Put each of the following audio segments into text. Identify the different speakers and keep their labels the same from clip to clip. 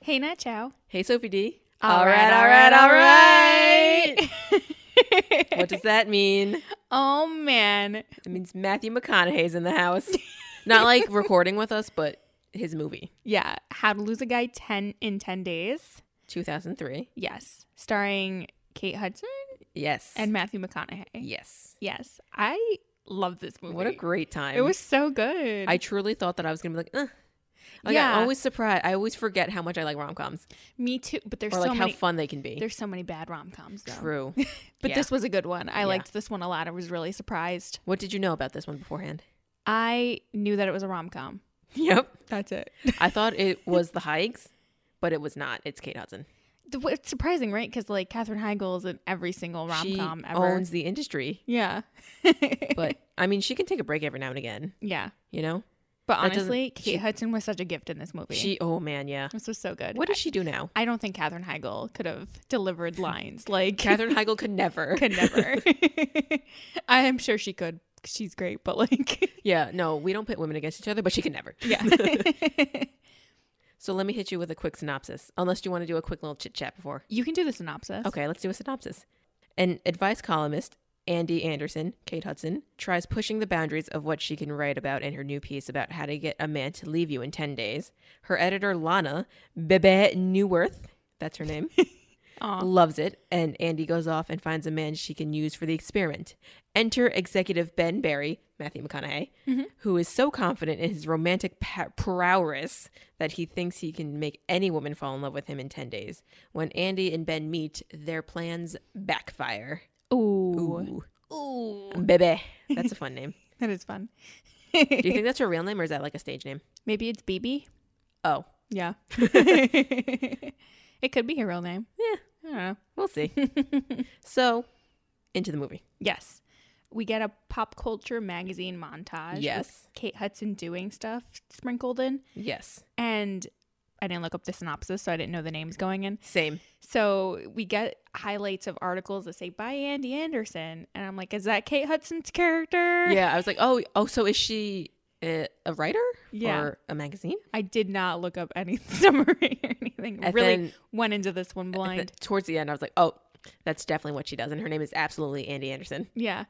Speaker 1: Hey, Nat Chow.
Speaker 2: Hey, Sophie D.
Speaker 1: All right, all right, all right.
Speaker 2: what does that mean?
Speaker 1: oh, man.
Speaker 2: It means Matthew McConaughey's in the house. Not like recording with us, but his movie,
Speaker 1: Yeah. How to Lose a Guy 10 in 10 Days.
Speaker 2: 2003.
Speaker 1: Yes. Starring Kate Hudson
Speaker 2: Yes.
Speaker 1: and Matthew McConaughey.
Speaker 2: yes.
Speaker 1: Yes. I love this movie.
Speaker 2: What a great time.
Speaker 1: It was so good.
Speaker 2: I truly thought that I was going to be like, eh. Like,
Speaker 1: Yeah.
Speaker 2: I'm always surprised. I always forget how much I like rom coms
Speaker 1: Me too. But there's
Speaker 2: or
Speaker 1: so
Speaker 2: like
Speaker 1: many.
Speaker 2: how fun they can be.
Speaker 1: there's so many bad rom coms though.
Speaker 2: True.
Speaker 1: But
Speaker 2: Yeah.
Speaker 1: this was a good one. I
Speaker 2: Yeah.
Speaker 1: liked this one a lot. I was really surprised.
Speaker 2: What did you know about this one beforehand?
Speaker 1: I knew that it was a rom com.
Speaker 2: Yep.
Speaker 1: That's it.
Speaker 2: I thought it was the Hikes, but it was not. It's Kate Hudson.
Speaker 1: The- what- It's surprising, right? Because like Katherine Heigl is in every single rom
Speaker 2: She
Speaker 1: com ever.
Speaker 2: owns the industry.
Speaker 1: yeah,
Speaker 2: But I mean, she can take a break every now and again,
Speaker 1: yeah.
Speaker 2: you know?
Speaker 1: But
Speaker 2: That doesn't-
Speaker 1: honestly, Kate
Speaker 2: she-
Speaker 1: Hudson was such a gift in this movie.
Speaker 2: She, oh man, yeah.
Speaker 1: this was so good.
Speaker 2: What does she do now?
Speaker 1: I, I don't think Katherine Heigl could have delivered lines like
Speaker 2: Katherine Heigl could never.
Speaker 1: could never. I am sure she could. She's great, but like,
Speaker 2: Yeah, no, we don't pit women against each other, but she could never.
Speaker 1: yeah.
Speaker 2: So let me hit you with a quick synopsis, unless you want to do a quick little chit chat before.
Speaker 1: you can do the synopsis.
Speaker 2: Okay, let's do a synopsis. An advice columnist, Andy Anderson, Kate Hudson, tries pushing the boundaries of what she can write about in her new piece about how to get a man to leave you in 10 days. Her editor, Lana Bebe Newworth, that's her name,
Speaker 1: Aw.
Speaker 2: loves it, and Andy goes off and finds a man she can use for the experiment. Enter executive Ben Barry, Matthew McConaughey, who is so confident in his romantic pa- prowess that he thinks he can make any woman fall in love with him in 10 days. When Andy and Ben meet, their plans backfire.
Speaker 1: Ooh.
Speaker 2: Ooh,
Speaker 1: Ooh.
Speaker 2: Bebe. That's a fun name.
Speaker 1: That is fun.
Speaker 2: Do you think that's her real name or is that like a stage name?
Speaker 1: Maybe it's BB.
Speaker 2: Oh,
Speaker 1: Yeah. it could be her real name.
Speaker 2: Yeah.
Speaker 1: I don't know.
Speaker 2: we'll see. so, into the movie.
Speaker 1: Yes. We get a pop culture magazine montage. with
Speaker 2: Yes.
Speaker 1: Kate Hudson doing stuff sprinkled in.
Speaker 2: Yes.
Speaker 1: And I didn't look up the synopsis, so I didn't know the names going in.
Speaker 2: Same.
Speaker 1: So we get highlights of articles that say, by Andy Anderson. And I'm like, is that Kate Hudson's character?
Speaker 2: Yeah, I was like, oh, oh, so is she uh, a writer
Speaker 1: Yeah.
Speaker 2: for a magazine?
Speaker 1: I did not look up any summary or anything.
Speaker 2: And
Speaker 1: really
Speaker 2: then-
Speaker 1: went into this one
Speaker 2: Th-
Speaker 1: blind.
Speaker 2: towards the end, I was like, oh, that's definitely what she does, and her name is absolutely Andy Anderson.
Speaker 1: Yeah.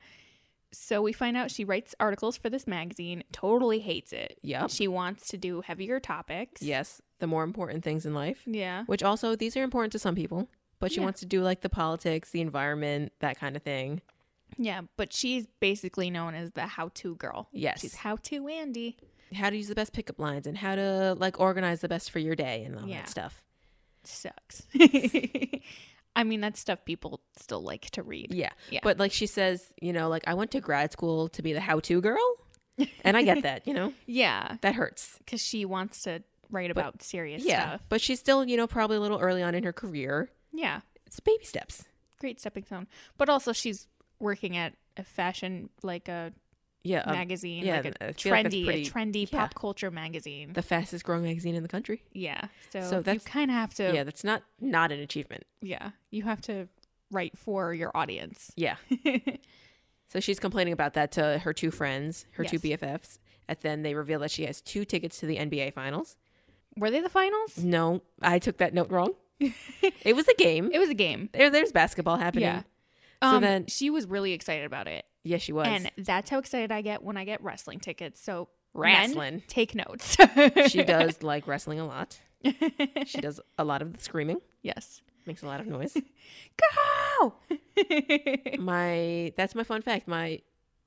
Speaker 1: So we find out she writes articles for this magazine, totally hates it.
Speaker 2: Yep.
Speaker 1: She wants to do heavier topics.
Speaker 2: Yes, the more important things in life,
Speaker 1: Yeah.
Speaker 2: which also these are important to some people, but she
Speaker 1: Yeah.
Speaker 2: wants to do like the politics, the environment, that kind of thing.
Speaker 1: Yeah. But she's basically known as the how to girl.
Speaker 2: Yes,
Speaker 1: She's how to Andy.
Speaker 2: how to use the best pickup lines and how to like organize the best for your day and all
Speaker 1: Yeah.
Speaker 2: that stuff.
Speaker 1: Sucks. I mean, that's stuff people still like to read.
Speaker 2: Yeah.
Speaker 1: Yeah.
Speaker 2: but like she says, you know, like I went to grad school to be the how-to girl, and I get that, you know,
Speaker 1: Yeah.
Speaker 2: that hurts.
Speaker 1: Because she wants to write about serious
Speaker 2: Yeah,
Speaker 1: stuff.
Speaker 2: but she's still, you know, probably a little early on in her career.
Speaker 1: Yeah.
Speaker 2: It's baby steps.
Speaker 1: Great stepping stone. But also, she's working at a fashion, like a
Speaker 2: Yeah, um,
Speaker 1: magazine,
Speaker 2: yeah,
Speaker 1: like a
Speaker 2: I feel like that's
Speaker 1: trendy,
Speaker 2: pretty-
Speaker 1: a trendy
Speaker 2: yeah.
Speaker 1: pop culture magazine.
Speaker 2: the fastest growing magazine in the country.
Speaker 1: Yeah. So,
Speaker 2: So
Speaker 1: you
Speaker 2: that's-
Speaker 1: kind of have to,
Speaker 2: yeah,
Speaker 1: yeah.
Speaker 2: that's not not an achievement.
Speaker 1: you have to write for your audience.
Speaker 2: Yeah. so she's complaining about that to her two friends, her two
Speaker 1: Yes.
Speaker 2: BFFs, and then they reveal that she has two tickets to the NBA finals.
Speaker 1: Were they the finals?
Speaker 2: No, I took that note wrong. it was a game.
Speaker 1: It was a game.
Speaker 2: There, there's basketball happening.
Speaker 1: Yeah.
Speaker 2: Yeah.
Speaker 1: So then
Speaker 2: So then-
Speaker 1: she was really excited about it.
Speaker 2: Yes, she was.
Speaker 1: And that's how excited I get when I get wrestling tickets. So, men,
Speaker 2: Wrestling.
Speaker 1: take notes.
Speaker 2: she does like wrestling a lot. She does a lot of the screaming,
Speaker 1: yes.
Speaker 2: makes a lot of noise.
Speaker 1: Go!
Speaker 2: my that's my fun fact. My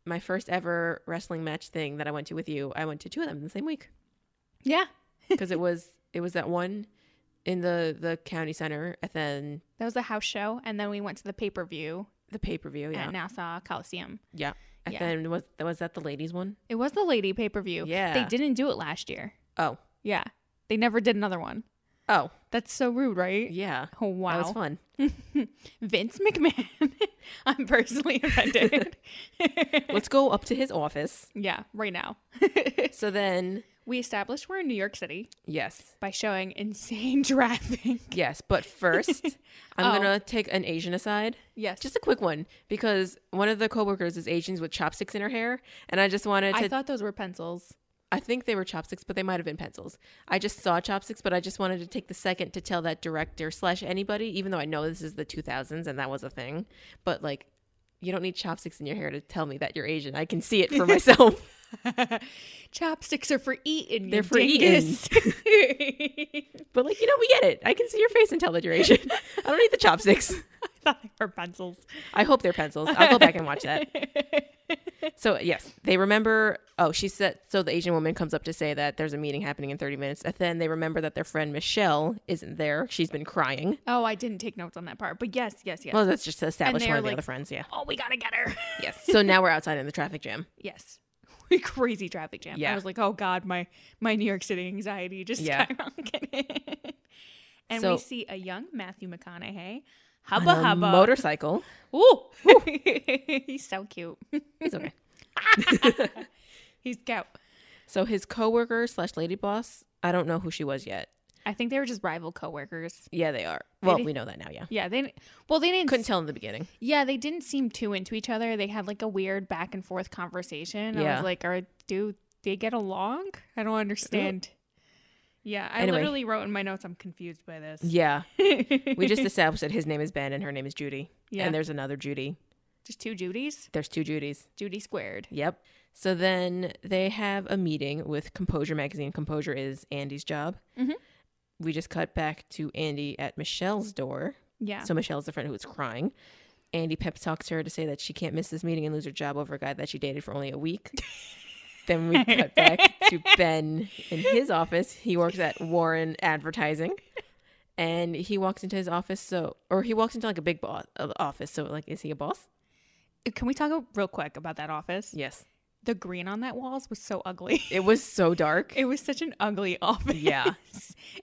Speaker 2: my first ever wrestling match thing that I went to with you, I went to two of them in the same week.
Speaker 1: yeah.
Speaker 2: because it was it was that one in the the county center and then
Speaker 1: That was a house show. And then we went to the pay per view
Speaker 2: the pay per view. Yeah,
Speaker 1: at Nassau Coliseum.
Speaker 2: yeah. And
Speaker 1: Yeah.
Speaker 2: then was was that the ladies one?
Speaker 1: It was the lady pay per view. They
Speaker 2: Yeah.
Speaker 1: didn't do it last year.
Speaker 2: Oh,
Speaker 1: Yeah. They never did another one.
Speaker 2: oh,
Speaker 1: That's so rude, right?
Speaker 2: yeah.
Speaker 1: Oh, wow.
Speaker 2: That was fun.
Speaker 1: Vince McMahon. I'm personally offended.
Speaker 2: Let's go up to his office.
Speaker 1: yeah, right now.
Speaker 2: So then,
Speaker 1: we established we're in New York City
Speaker 2: yes,
Speaker 1: by showing insane traffic.
Speaker 2: yes. But first, I'm
Speaker 1: Oh.
Speaker 2: gonna take an Asian aside.
Speaker 1: Yes.
Speaker 2: Just a quick one because one of the coworkers is Asians with chopsticks in her hair, and I just wanted
Speaker 1: I
Speaker 2: to.
Speaker 1: thought those were pencils.
Speaker 2: I think they were chopsticks, but they might have been pencils. I just saw chopsticks, but I just wanted to take the second to tell that director slash anybody, even though I know this is the 2000s and that was a thing, but like, you don't need chopsticks in your hair to tell me that you're Asian. I can see it for myself.
Speaker 1: Chopsticks are for eating.
Speaker 2: They're
Speaker 1: They're
Speaker 2: for
Speaker 1: for
Speaker 2: eating.
Speaker 1: eating.
Speaker 2: but like, you know, we get it. I can see your face and tell that you're Asian. I don't need the chopsticks.
Speaker 1: I thought they were pencils.
Speaker 2: I hope they're pencils. I'll go back and watch that. So yes, they remember. Oh, she said. So the Asian woman comes up to say that there's a meeting happening in 30 minutes, and then they remember that their friend Michelle isn't there. She's been crying.
Speaker 1: Oh, I didn't take notes on that part. But yes, yes, yes.
Speaker 2: Well, Oh, that's just to establish
Speaker 1: And
Speaker 2: one
Speaker 1: they're
Speaker 2: of the
Speaker 1: like-
Speaker 2: other friends. Yeah.
Speaker 1: oh, we gotta get her.
Speaker 2: Yes. So now we're outside in the traffic jam.
Speaker 1: yes. We crazy traffic jam.
Speaker 2: Yeah.
Speaker 1: I was like, oh god, my my New York City anxiety just
Speaker 2: Yeah.
Speaker 1: skyrocketed. and
Speaker 2: So-
Speaker 1: we see a young Matthew McConaughey.
Speaker 2: On
Speaker 1: Hubba
Speaker 2: a
Speaker 1: hubba.
Speaker 2: Motorcycle.
Speaker 1: Ooh. He's so cute.
Speaker 2: It's okay.
Speaker 1: He's cute.
Speaker 2: so his coworker slash lady boss. I don't know who she was yet.
Speaker 1: I think they were just rival coworkers.
Speaker 2: Yeah, they are. Well,
Speaker 1: They-
Speaker 2: we know that now. Yeah.
Speaker 1: Yeah, they didn't- well they didn't
Speaker 2: Couldn't tell in the beginning.
Speaker 1: Yeah, they didn't seem too into each other. They had like a weird back and forth conversation. I
Speaker 2: Yeah.
Speaker 1: was like, "Are do they get along? I don't understand." Yeah, I
Speaker 2: Anyway.
Speaker 1: literally wrote in my notes, "I'm confused by this."
Speaker 2: Yeah. We just established that his name is Ben and her name is Judy.
Speaker 1: Yeah.
Speaker 2: And there's another Judy.
Speaker 1: Just two Judys,
Speaker 2: There's two Judys.
Speaker 1: Judy squared.
Speaker 2: Yep. So then they have a meeting with Composure Magazine. Composure is Andy's job.
Speaker 1: Mhm.
Speaker 2: We just cut back to Andy at Michelle's door.
Speaker 1: Yeah,
Speaker 2: So Michelle's the friend who was crying. Andy pep talks to her to say that she can't miss this meeting and lose her job over a guy that she dated for only a week. then we cut back to Ben in his office. He works at Warren Advertising. And he walks into his office, so or he walks into like a big boss uh, office. So like, is he a boss?
Speaker 1: can we talk a- real quick about that office?
Speaker 2: Yes.
Speaker 1: The green on that walls was so ugly.
Speaker 2: It was so dark.
Speaker 1: it was such an ugly office.
Speaker 2: Yeah.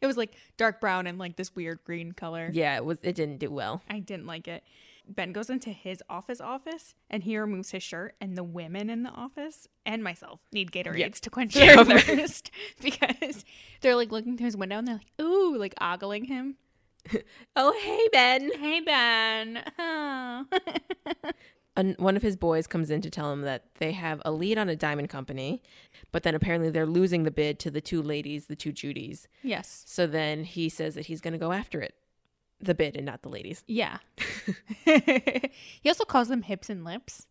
Speaker 1: it was like dark brown and like this weird green color.
Speaker 2: Yeah, it was. It didn't do well.
Speaker 1: I didn't like it. Ben goes into his office office and he removes his shirt and the women in the office and myself need Gatorades to quench
Speaker 2: Yeah.
Speaker 1: their thirst because they're like looking through his window and they're like, ooh, like ogling him.
Speaker 2: Oh, hey Ben.
Speaker 1: Hey Ben. Oh.
Speaker 2: An- one of his boys comes in to tell him that they have a lead on a diamond company, but then apparently they're losing the bid to the two ladies, the two Judys.
Speaker 1: yes.
Speaker 2: So then he says that he's going to go after it, the bid and not the ladies.
Speaker 1: Yeah. he also calls them hips and lips.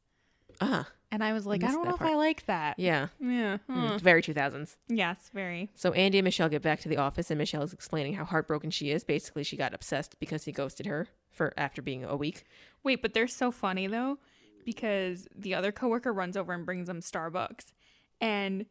Speaker 2: Ah,
Speaker 1: And I was like, I,
Speaker 2: missed
Speaker 1: don't
Speaker 2: that
Speaker 1: know
Speaker 2: part.
Speaker 1: if I like that.
Speaker 2: yeah,
Speaker 1: Yeah.
Speaker 2: Mm,
Speaker 1: huh.
Speaker 2: it's very two thousands.
Speaker 1: Yes, very.
Speaker 2: So Andy and Michelle get back to the office, and Michelle is explaining how heartbroken she is. Basically, she got obsessed because he ghosted her for after being a week.
Speaker 1: Wait, but they're so funny though, because the other coworker runs over and brings them Starbucks, and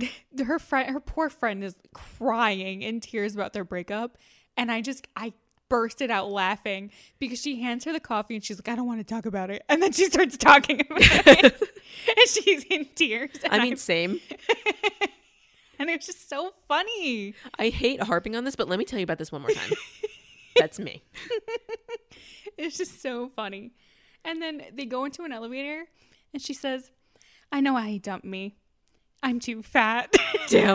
Speaker 1: her friend, her poor friend, is crying in tears about their breakup, and I just I bursted out laughing because she hands her the coffee and she's like, I don't want to talk about it, and then she starts talking about it, and she's in tears. And
Speaker 2: I mean, same.
Speaker 1: and it's just so funny.
Speaker 2: I hate harping on this, but let me tell you about this one more time. That's me.
Speaker 1: It's just so funny. And then they go into an elevator and she says, I know why he dumped me. I'm too fat.
Speaker 2: Damn.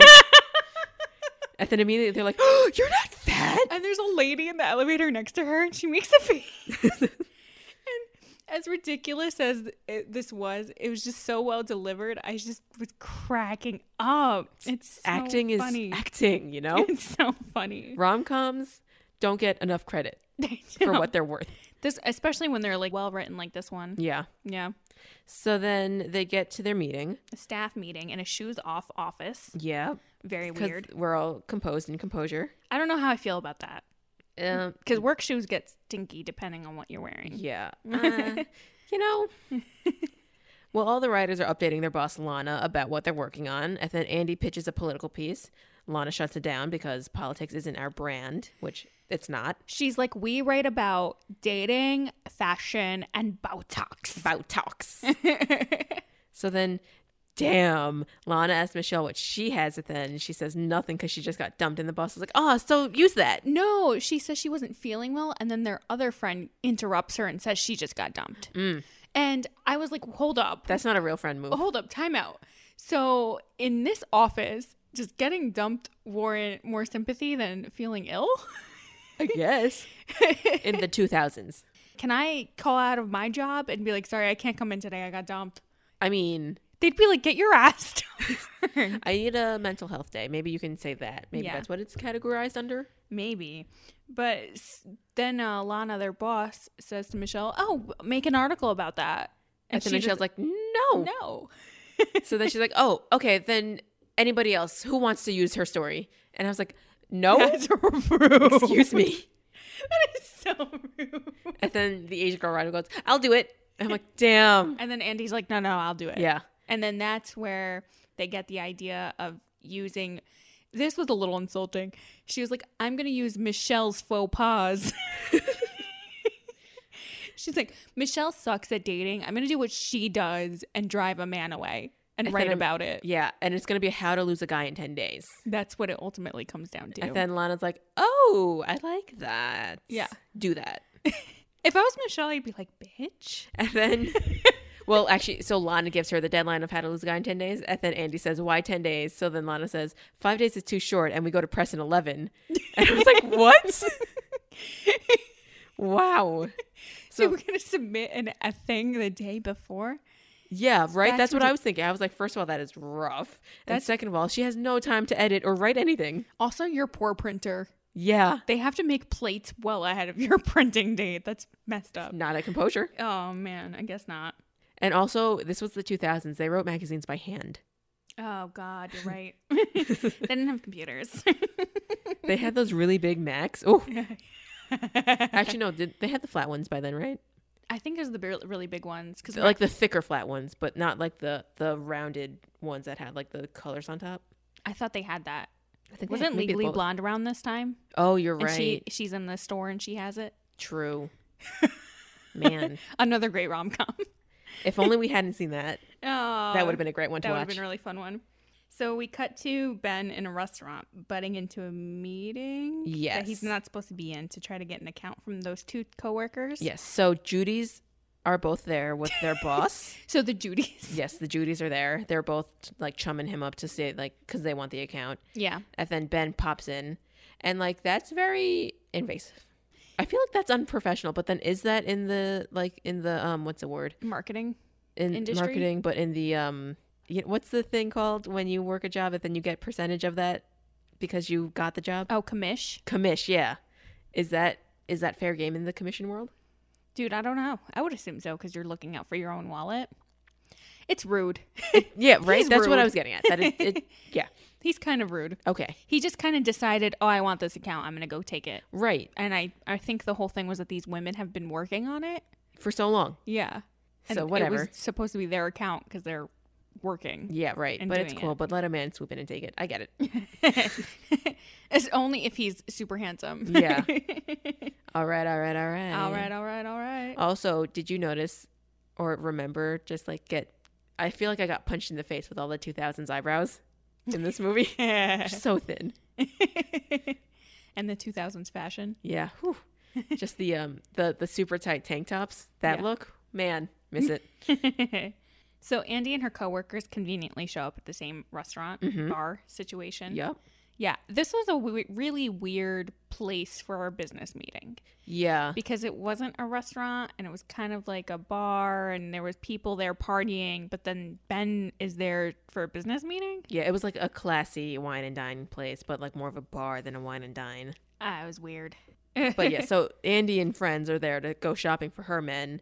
Speaker 2: and then immediately they're like, oh, "You're not fat."
Speaker 1: and there's a lady in the elevator next to her and she makes a face. and as ridiculous as it, this was, it was just so well delivered. I just was cracking up. It's so
Speaker 2: acting is
Speaker 1: funny.
Speaker 2: acting, you know.
Speaker 1: It's so funny.
Speaker 2: Rom coms don't get enough credit for what they're worth.
Speaker 1: this especially when they're like well written like this one.
Speaker 2: Yeah.
Speaker 1: Yeah.
Speaker 2: So then they get to their meeting.
Speaker 1: A staff meeting in a shoes off office.
Speaker 2: Yeah,
Speaker 1: Very
Speaker 2: because
Speaker 1: weird.
Speaker 2: we're all composed in composure.
Speaker 1: I don't know how I feel about that.
Speaker 2: Um,
Speaker 1: Because work shoes get stinky depending on what you're wearing.
Speaker 2: yeah, Uh, you know. Well, all the writers are updating their boss Lana about what they're working on, and then Andy pitches a political piece. Lana shuts it down because politics isn't our brand, which it's not.
Speaker 1: She's like, we write about dating, fashion, and Botox.
Speaker 2: Botox. so then, damn, Lana asked Michelle what she has it then. She says nothing because she just got dumped. And the boss is like, oh, so use that.
Speaker 1: No, she says she wasn't feeling well. And then their other friend interrupts her and says she just got dumped. And I was like, hold up.
Speaker 2: That's not a real friend move.
Speaker 1: hold up. Time out. So in this office, does getting dumped warrant more sympathy than feeling ill?
Speaker 2: I guess. In the 2000s.
Speaker 1: Can I call out of my job and be like, sorry, I can't come in today. I got dumped?
Speaker 2: I mean,
Speaker 1: they'd be like, "Get your ass down."
Speaker 2: I need a mental health day. Maybe you can say that. Maybe
Speaker 1: Yeah.
Speaker 2: that's what it's categorized under.
Speaker 1: Maybe, but s- then uh, Lana, their boss, says to Michelle, "Oh, make an article about that."
Speaker 2: And,
Speaker 1: she
Speaker 2: then Michelle's like, no.
Speaker 1: just- "No."
Speaker 2: So then she's like, oh, okay, then anybody else who wants to use her story? And I was like, no,
Speaker 1: That's rude.
Speaker 2: excuse me.
Speaker 1: That is so rude.
Speaker 2: And then the Asian girl writer goes, I'll do it. And I'm like, damn.
Speaker 1: And then Andy's like, "No, no, I'll do it."
Speaker 2: Yeah.
Speaker 1: And then that's where they get the idea of using. This was a little insulting. She was like, I'm going to use Michelle's faux pas. She's like, Michelle sucks at dating. I'm going to do what she does and drive a man away and
Speaker 2: And
Speaker 1: write
Speaker 2: then I'm-
Speaker 1: about it.
Speaker 2: Yeah. And it's going to be how to lose a guy in 10 days.
Speaker 1: That's what it ultimately comes down to.
Speaker 2: And then Lana's like, oh, I like that.
Speaker 1: Yeah.
Speaker 2: Do that.
Speaker 1: if I was Michelle, I'd be like, bitch.
Speaker 2: And then, well, actually, so Lana gives her the deadline of how to lose a guy in 10 days. And then Andy says, why 10 days? So then Lana says, five days is too short. And we go to press in 11. And I was like, what? wow.
Speaker 1: So
Speaker 2: So-
Speaker 1: we're going to submit an, a thing the day before.
Speaker 2: Yeah, right?
Speaker 1: That's
Speaker 2: That's, what
Speaker 1: ridic-
Speaker 2: I was thinking. I was like, first of all, that is rough. And
Speaker 1: That's-
Speaker 2: second of all, she has no time to edit or write anything.
Speaker 1: Also, your poor printer.
Speaker 2: Yeah.
Speaker 1: They have to make plates well ahead of your printing date. That's messed up.
Speaker 2: Not at composure.
Speaker 1: Oh man, I guess not.
Speaker 2: And also, this was the 2000s. They wrote magazines by hand.
Speaker 1: Oh god, you're right. they didn't have computers.
Speaker 2: They had those really big Macs. Oh,
Speaker 1: Actually,
Speaker 2: actually, no, did, they had the flat ones by then, right?
Speaker 1: I think it was the bir- really big ones because
Speaker 2: Like the thicker flat ones, but not like the the rounded ones that had like the colors on top.
Speaker 1: I thought they had that.
Speaker 2: I think they had
Speaker 1: Wasn't
Speaker 2: maybe
Speaker 1: Legally
Speaker 2: both.
Speaker 1: Blonde around this time?
Speaker 2: Oh, you're
Speaker 1: And
Speaker 2: right.
Speaker 1: she she's in the store and she has it.
Speaker 2: True. Man,
Speaker 1: Another great rom com. Oh,
Speaker 2: if only we hadn't seen that, that would have been a great one to
Speaker 1: Um, that would have
Speaker 2: watch.
Speaker 1: been a really fun one. So we cut to Ben in a restaurant, butting into a meeting that he's
Speaker 2: Yes.
Speaker 1: not supposed to be in to try to get an account from those two coworkers.
Speaker 2: yes. So Judy's are both there with their boss.
Speaker 1: So the Judies.
Speaker 2: Yes, the Judies are there. They're both like chumming him up to say like because they want the account,
Speaker 1: Yeah.
Speaker 2: and then Ben pops in, and like that's very invasive. I feel like that's unprofessional. But then is that in the like in the um what's the word
Speaker 1: Marketing.
Speaker 2: in
Speaker 1: Industry?
Speaker 2: marketing? But in the um y- what's the thing called when you work a job and then you get percentage of that because you got the job?
Speaker 1: Oh, commish.
Speaker 2: Commish, yeah. Is that is that fair game in the commission world?
Speaker 1: Dude, I don't know. I would assume so because you're looking out for your own wallet. It's rude.
Speaker 2: Yeah, right.
Speaker 1: He's
Speaker 2: that's what
Speaker 1: rude.
Speaker 2: I was getting at. That it, it, yeah.
Speaker 1: He's kind of rude.
Speaker 2: Okay.
Speaker 1: He just kind of decided, oh, I want this account. I'm going to go take it.
Speaker 2: Right.
Speaker 1: And I, I think the whole thing was that these women have been working on it.
Speaker 2: For so long.
Speaker 1: Yeah. And
Speaker 2: So whatever.
Speaker 1: It was supposed to be their account because they're working.
Speaker 2: Yeah, right.
Speaker 1: and
Speaker 2: But it's
Speaker 1: doing
Speaker 2: cool. But let a man swoop in and take it. I get it.
Speaker 1: It's only if he's super handsome.
Speaker 2: Yeah. all right, all right, all right.
Speaker 1: all right, all right, all right.
Speaker 2: Also, did you notice or remember just like get I feel like I got punched in the face with all the 2000s eyebrows in this movie. They're so thin.
Speaker 1: and the 2000s fashion.
Speaker 2: Yeah. whew. Just the um the the super tight tank tops. That
Speaker 1: Yeah.
Speaker 2: look. Man, miss it.
Speaker 1: so Andy and her coworkers conveniently show up at the same restaurant bar situation.
Speaker 2: Mm-hmm. yep.
Speaker 1: Yeah, this was a we- really weird place for our business meeting
Speaker 2: Yeah.
Speaker 1: because it wasn't a restaurant and it was kind of like a bar and there was people there partying, but then Ben is there for a business meeting.
Speaker 2: Yeah, it was like a classy wine and dine place, but like more of a bar than a wine and dine.
Speaker 1: Ah, it was weird.
Speaker 2: But yeah, so Andy and friends are there to go shopping for her men.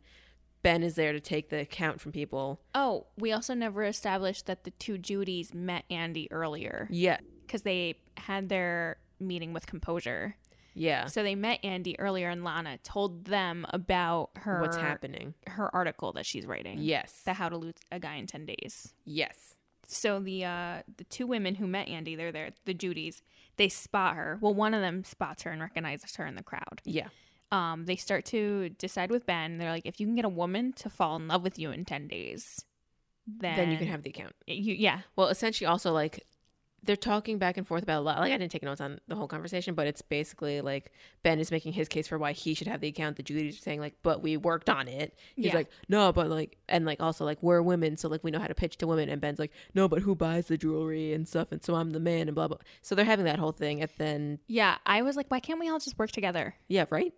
Speaker 2: Ben is there to take the account from people.
Speaker 1: Oh, we also never established that the two Judys met Andy earlier
Speaker 2: Yeah.
Speaker 1: because they had their meeting with composure.
Speaker 2: Yeah.
Speaker 1: So they met Andy earlier, and Lana told them about her
Speaker 2: What's happening?
Speaker 1: her article that she's writing.
Speaker 2: Yes.
Speaker 1: the How to Lose a Guy in Ten Days.
Speaker 2: yes.
Speaker 1: So the uh, the two women who met Andy, they're there, the Judys. They spot her. Well, one of them spots her and recognizes her in the crowd.
Speaker 2: Yeah.
Speaker 1: Um, they start to decide with Ben. They're like, if you can get a woman to fall in love with you in ten days, then,
Speaker 2: Then you can have the account.
Speaker 1: you, yeah,
Speaker 2: Well, essentially, also like they're talking back and forth about a lot. Like I didn't take notes on the whole conversation, but it's basically like Ben is making his case for why he should have the account. The Judy's saying like, "But we worked on it." He's
Speaker 1: Yeah.
Speaker 2: like, "No, but like," and like also like we're women, so like we know how to pitch to women. And Ben's like, "No, but who buys the jewelry and stuff?" And so I'm the man and blah blah. So they're having that whole thing, and then
Speaker 1: yeah. I was like, why can't we all just work together?
Speaker 2: yeah, right.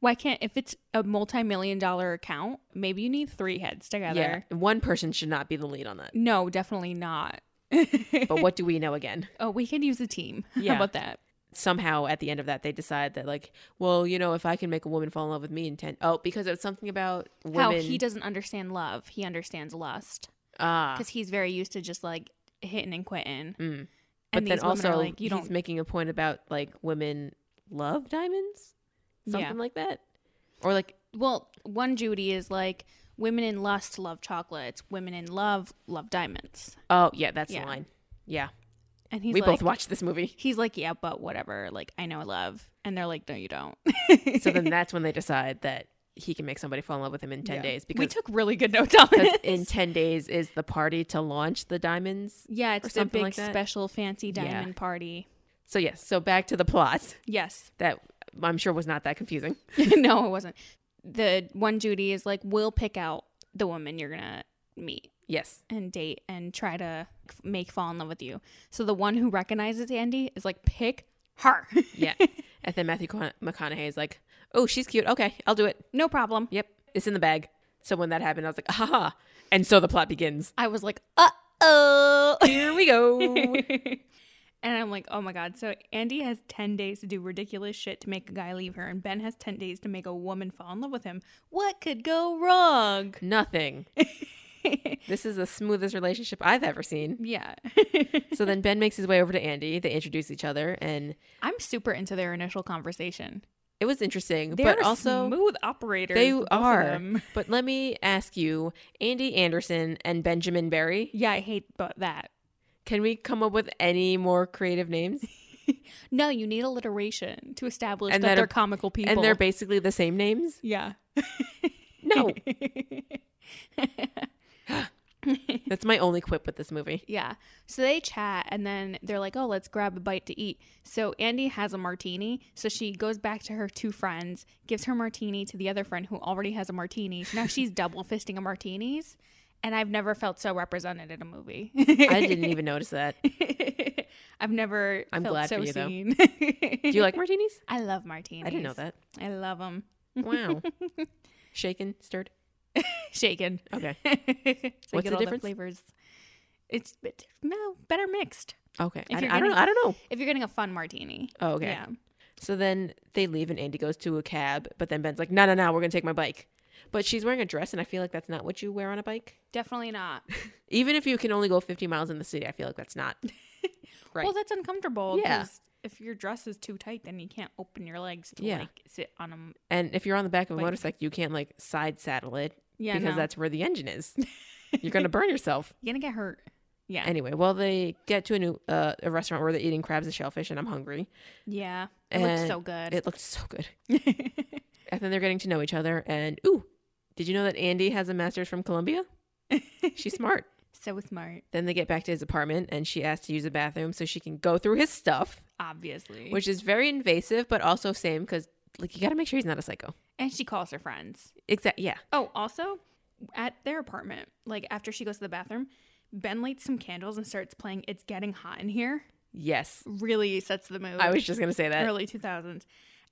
Speaker 1: Why can't if it's a multi-million dollar account, maybe you need three heads together.
Speaker 2: Yeah. One person should not be the lead on that.
Speaker 1: No, definitely not.
Speaker 2: But what do we know again?
Speaker 1: oh, we could use a team.
Speaker 2: Yeah.
Speaker 1: How about that?
Speaker 2: Somehow at the end of that, they decide that, like, well, you know, if I can make a woman fall in love with me in 10. Oh, because it's something about women.
Speaker 1: How he doesn't understand love, he understands lust
Speaker 2: Ah.
Speaker 1: because he's very used to just like hitting and quitting.
Speaker 2: Mm.
Speaker 1: And
Speaker 2: But then
Speaker 1: these women
Speaker 2: also,
Speaker 1: are like, you
Speaker 2: he's
Speaker 1: don't.
Speaker 2: making a point about, like, women love diamonds? Something
Speaker 1: Yeah.
Speaker 2: like that? Or, like,
Speaker 1: Well, one Judy is like, women in lust love chocolates, women in love love diamonds,
Speaker 2: oh, yeah, that's
Speaker 1: Yeah.
Speaker 2: the line. Yeah.
Speaker 1: and he's
Speaker 2: we
Speaker 1: like,
Speaker 2: both watched this movie.
Speaker 1: He's like, yeah, but whatever. Like, I know love, and they're like, no, you don't.
Speaker 2: So then that's when they decide that he can make somebody fall in love with him in 10 days
Speaker 1: we
Speaker 2: because
Speaker 1: took really good notes on
Speaker 2: because
Speaker 1: it.
Speaker 2: in 10 days is the party to launch the diamonds.
Speaker 1: Yeah, it's the
Speaker 2: something
Speaker 1: big
Speaker 2: like that.
Speaker 1: special fancy
Speaker 2: Yeah.
Speaker 1: diamond party.
Speaker 2: So, yes, so back to the plot
Speaker 1: Yes.
Speaker 2: that I'm sure was not that confusing.
Speaker 1: no, it wasn't. The one Judy is like, we'll pick out the woman you're gonna meet
Speaker 2: Yes.
Speaker 1: and date and try to f- make fall in love with you. So the one who recognizes Andy is like, pick her.
Speaker 2: Yeah. and then Matthew Con- McConaughey is like, oh, she's cute. Okay, I'll do it.
Speaker 1: no problem.
Speaker 2: Yep, it's in the bag. So when that happened, I was like, aha. And so the plot begins.
Speaker 1: I was like, uh oh.
Speaker 2: Here we go.
Speaker 1: and I'm like, oh my God. So Andy has 10 days to do ridiculous shit to make a guy leave her, and Ben has 10 days to make a woman fall in love with him. What could go wrong?
Speaker 2: Nothing. This is the smoothest relationship I've ever seen.
Speaker 1: yeah.
Speaker 2: So then Ben makes his way over to Andy. They introduce each other, and
Speaker 1: I'm super into their initial conversation.
Speaker 2: it was interesting.
Speaker 1: They're
Speaker 2: but also,
Speaker 1: smooth operators.
Speaker 2: they
Speaker 1: both of
Speaker 2: are.
Speaker 1: them.
Speaker 2: But let me ask you, Andy Anderson and Benjamin Barry,
Speaker 1: Yeah, I hate about that.
Speaker 2: can we come up with any more creative names?
Speaker 1: No, you need alliteration to establish
Speaker 2: And
Speaker 1: that
Speaker 2: that
Speaker 1: they're
Speaker 2: a-
Speaker 1: comical people.
Speaker 2: And they're basically the same names?
Speaker 1: yeah.
Speaker 2: No. That's my only quip with this movie.
Speaker 1: Yeah. So they chat and then they're like, oh, let's grab a bite to eat. So Andy has a martini. So she goes back to her two friends, gives her martini to the other friend who already has a martini. So now she's double fisting a martinis. And I've never felt so represented in a movie.
Speaker 2: I didn't even notice that.
Speaker 1: I've never
Speaker 2: I'm
Speaker 1: felt
Speaker 2: glad
Speaker 1: so
Speaker 2: for you, though.
Speaker 1: seen.
Speaker 2: Do you like martinis?
Speaker 1: I love martinis.
Speaker 2: I didn't know that.
Speaker 1: I love them.
Speaker 2: Wow. Shaken, stirred.
Speaker 1: Shaken.
Speaker 2: Okay.
Speaker 1: so you
Speaker 2: Oh. What's
Speaker 1: get
Speaker 2: the
Speaker 1: all
Speaker 2: difference?
Speaker 1: flavors. It's bit- no better mixed.
Speaker 2: Okay. I,
Speaker 1: If you're
Speaker 2: I don't know.
Speaker 1: getting-
Speaker 2: I don't know.
Speaker 1: If you're getting a fun martini.
Speaker 2: Oh, okay.
Speaker 1: Yeah.
Speaker 2: So then they leave and Andy goes to a cab, but then Ben's like, no, no, no, we're going to take my bike. But she's wearing a dress, and I feel like that's not what you wear on a bike.
Speaker 1: Definitely not.
Speaker 2: Even if you can only go 50 miles in the city, I feel like that's not. right.
Speaker 1: Well, that's uncomfortable.
Speaker 2: Yeah.
Speaker 1: 'cause If your dress is too tight, then you can't open your legs to
Speaker 2: Yeah.
Speaker 1: like sit on them.
Speaker 2: and if you're on the back of a
Speaker 1: Bike.
Speaker 2: motorcycle, you can't like side saddle it
Speaker 1: Yeah,
Speaker 2: because
Speaker 1: no.
Speaker 2: that's where the engine is. you're going to burn yourself.
Speaker 1: you're gonna get hurt. Yeah,
Speaker 2: Anyway, well, they get to a new uh, a restaurant where they're eating crabs and shellfish, and I'm hungry.
Speaker 1: yeah. It looks
Speaker 2: And
Speaker 1: so good.
Speaker 2: It looks so good. And then they're getting to know each other. And ooh, did you know that Andy has a master's from Columbia? She's smart.
Speaker 1: so smart,
Speaker 2: Then they get back to his apartment and she asks to use the bathroom so she can go through his stuff,
Speaker 1: obviously.
Speaker 2: which is very invasive, but also same because, like, you got to make sure he's not a psycho.
Speaker 1: and she calls her friends.
Speaker 2: Exactly. Yeah.
Speaker 1: Oh, also at their apartment, like after she goes to the bathroom, Ben lights some candles and starts playing "It's Getting Hot in Here."
Speaker 2: Yes.
Speaker 1: Really sets the mood.
Speaker 2: I was just going to say that.
Speaker 1: early 2000s.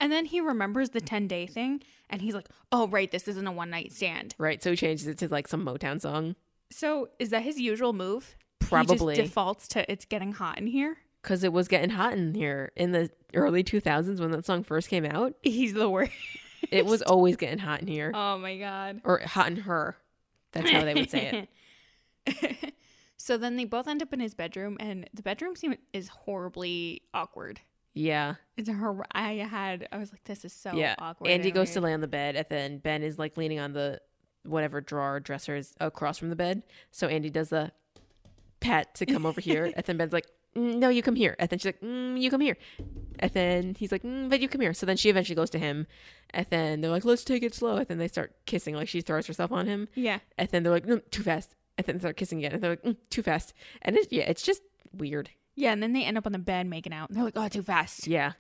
Speaker 1: And then he remembers the 10 day thing and he's like, oh, right, this isn't a one night stand.
Speaker 2: Right. So he changes it to, like, some Motown song.
Speaker 1: So is that his usual move?
Speaker 2: Probably.
Speaker 1: He just defaults to it's getting hot in here.
Speaker 2: Because it was getting hot in here in the early 2000s when that song first came out.
Speaker 1: He's the worst.
Speaker 2: It was always getting hot in here
Speaker 1: Oh my God.
Speaker 2: or hot in her. That's how they would say it.
Speaker 1: So then they both end up in his bedroom and the bedroom scene is horribly awkward.
Speaker 2: Yeah.
Speaker 1: It's hor- I had, I was like, this is so awkward.
Speaker 2: Andy
Speaker 1: and
Speaker 2: goes to
Speaker 1: weird.
Speaker 2: lay on the bed, and then Ben is like leaning on the whatever drawer or dresser is across from the bed. So Andy does the pat to come over here, and then Ben's like, "Mm, "No, you come here." And then she's like, mm, "You come here," and then he's like, mm, "But you come here." So then she eventually goes to him, and then they're like, "Let's take it slow." And then they start kissing, like she throws herself on him,
Speaker 1: Yeah.
Speaker 2: and then they're like, "No, too fast." And then they start kissing again, and they're like, "Mm, "Too fast." And it, yeah, it's just weird.
Speaker 1: Yeah. And then they end up on the bed making out. They're like, oh, too fast.
Speaker 2: Yeah.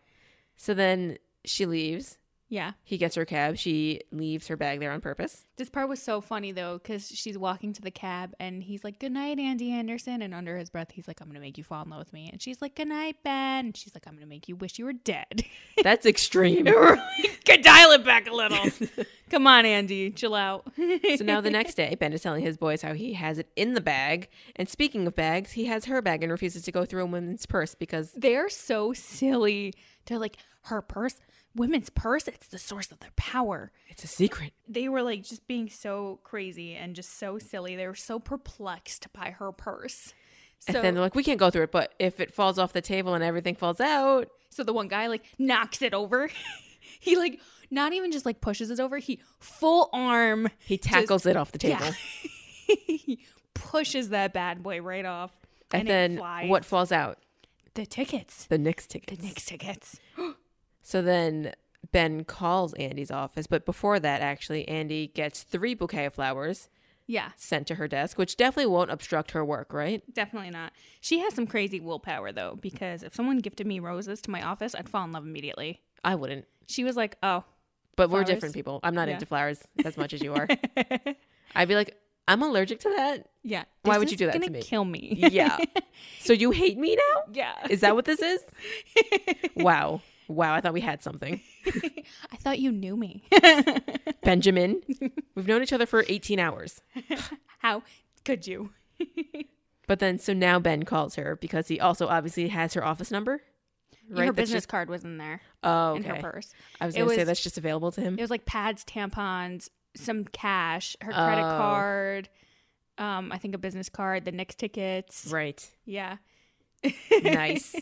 Speaker 2: So then she leaves.
Speaker 1: Yeah.
Speaker 2: He gets her cab. She leaves her bag there on purpose.
Speaker 1: This part was so funny though, because she's walking to the cab and he's like, Good night, Andy Anderson. And under his breath, he's like, I'm going to make you fall in love with me. And she's like, Good night, Ben. And she's like, I'm going to make you wish you were dead.
Speaker 2: That's extreme.
Speaker 1: It really Could dial it back a little. Come on, Andy, chill out.
Speaker 2: So now the next day, Ben is telling his boys how he has it in the bag. And speaking of bags, he has her bag and refuses to go through a woman's purse because
Speaker 1: They're so silly. They're like, her purse, women's purse, it's the source of their power.
Speaker 2: it's a secret.
Speaker 1: They were like just being so crazy and just so silly. They were so perplexed by her purse. So,
Speaker 2: and then they're like, we can't go through it, but if it falls off the table and everything falls out,
Speaker 1: so the one guy like knocks it over. he like not even just like pushes it over, he full arm
Speaker 2: he tackles it off the table.
Speaker 1: Yeah. he pushes that bad boy right off.
Speaker 2: And, then what falls out?
Speaker 1: The tickets.
Speaker 2: The Knicks tickets.
Speaker 1: The Knicks tickets.
Speaker 2: So then Ben calls Andy's office, but before that, actually, Andy gets three bouquet of flowers
Speaker 1: Yeah,
Speaker 2: sent to her desk, which definitely won't obstruct her work, right?
Speaker 1: definitely not. She has some crazy willpower though, because if someone gifted me roses to my office, I'd fall in love immediately.
Speaker 2: I wouldn't.
Speaker 1: She was like, "Oh,
Speaker 2: But
Speaker 1: Flowers?
Speaker 2: we're different people. I'm not
Speaker 1: Yeah.
Speaker 2: into flowers as much as you are. I'd be like, I'm allergic to that.
Speaker 1: yeah,
Speaker 2: Why
Speaker 1: this
Speaker 2: would you
Speaker 1: is
Speaker 2: do that to
Speaker 1: gonna
Speaker 2: me?
Speaker 1: Kill me.
Speaker 2: Yeah. so you hate me now?
Speaker 1: yeah.
Speaker 2: Is that what this is? wow. Wow. I thought we had something.
Speaker 1: I thought you knew me.
Speaker 2: Benjamin, we've known each other for 18 hours.
Speaker 1: How could you?
Speaker 2: But then, so now Ben calls her because he also obviously has her office number.
Speaker 1: her
Speaker 2: Right? That's
Speaker 1: business
Speaker 2: Just,
Speaker 1: card was in there
Speaker 2: oh,
Speaker 1: in her
Speaker 2: okay.
Speaker 1: purse.
Speaker 2: I was
Speaker 1: It
Speaker 2: going to say
Speaker 1: was-
Speaker 2: that's just available to him.
Speaker 1: It was like pads, tampons, some cash, her credit
Speaker 2: Oh.
Speaker 1: card, um, I think a business card, the Knicks tickets.
Speaker 2: Right.
Speaker 1: Yeah.
Speaker 2: Nice.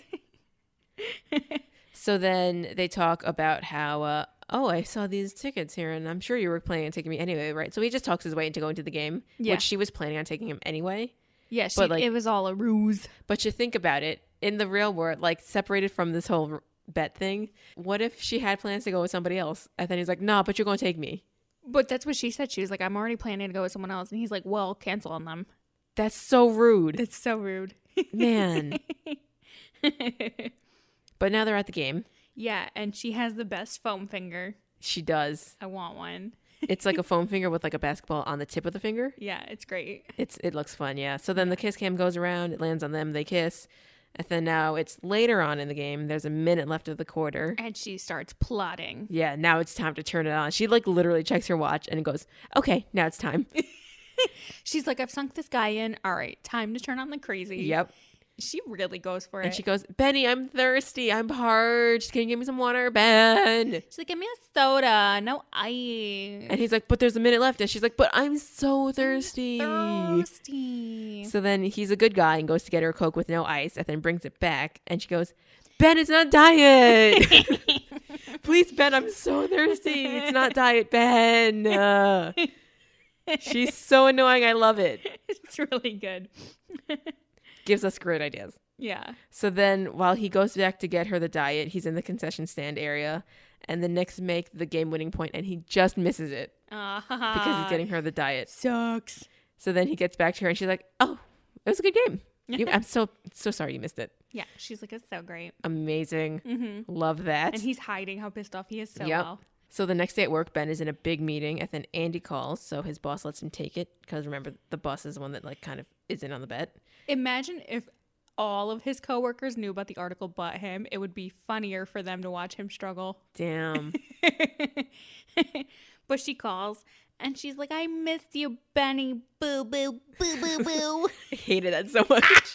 Speaker 2: so then they talk about how, uh, oh, I saw these tickets here, and I'm sure you were planning on taking me anyway, right? So he just talks his way into going to the game,
Speaker 1: Yeah.
Speaker 2: which she was planning on taking him anyway.
Speaker 1: Yeah, she,
Speaker 2: But, like-
Speaker 1: it was all a ruse.
Speaker 2: But you think about it in the real world, like separated from this whole r- bet thing. What if she had plans to go with somebody else, and then he's like, "Nah, but you're going to take me."
Speaker 1: But that's what she said. She was like, I'm already planning to go with someone else. And he's like, well, cancel on them.
Speaker 2: That's so rude,
Speaker 1: That's so rude.
Speaker 2: man. But now they're at the game.
Speaker 1: yeah, and she has the best foam finger.
Speaker 2: She does.
Speaker 1: I want one.
Speaker 2: It's like a foam finger with like a basketball on the tip of the finger.
Speaker 1: Yeah, it's great.
Speaker 2: It's it looks fun, yeah. So then the kiss cam goes around, it lands on them, they kiss. And then now it's later on in the game. There's a minute left of the quarter.
Speaker 1: And she starts plotting.
Speaker 2: Yeah, now it's time to turn it on. She like literally checks her watch and goes, "Okay, now it's time."
Speaker 1: She's like, I've sunk this guy in. All right, time to turn on the crazy.
Speaker 2: yep.
Speaker 1: She really goes for
Speaker 2: And
Speaker 1: it.
Speaker 2: she goes, "Benny, I'm thirsty. I'm parched. Can you give me some water, Ben?"
Speaker 1: She's like, give me a soda, no ice.
Speaker 2: And he's like, "But there's a minute left." And she's like, "But I'm so thirsty."
Speaker 1: Thirsty.
Speaker 2: So then he's a good guy and goes to get her a Coke with no ice and then brings it back. And she goes, Ben, it's not diet. Please, Ben, I'm so thirsty. It's not diet, Ben. Uh, she's so annoying. I love it.
Speaker 1: it's really good.
Speaker 2: Gives us great ideas.
Speaker 1: Yeah.
Speaker 2: So then while he goes back to get her the diet, he's in the concession stand area. And the Knicks make the game winning point and he just misses it
Speaker 1: Uh,
Speaker 2: because he's getting her the diet.
Speaker 1: sucks.
Speaker 2: So then he gets back to her and she's like, Oh, it was a good game. You, I'm so, so sorry you missed it.
Speaker 1: Yeah, she's like, it's so great.
Speaker 2: Amazing.
Speaker 1: Mm-hmm.
Speaker 2: Love that.
Speaker 1: And he's hiding how pissed off he is so
Speaker 2: Yep.
Speaker 1: well.
Speaker 2: so the next day at work, Ben is in a big meeting, and then Andy calls. So his boss lets him take it because remember, the boss is the one that like kind of isn't on the bet.
Speaker 1: Imagine if all of his coworkers knew about the article but him. It would be funnier for them to watch him struggle.
Speaker 2: Damn.
Speaker 1: but she calls and she's like, I missed you, Benny. Boo, boo, boo, boo, boo.
Speaker 2: I hated that so much.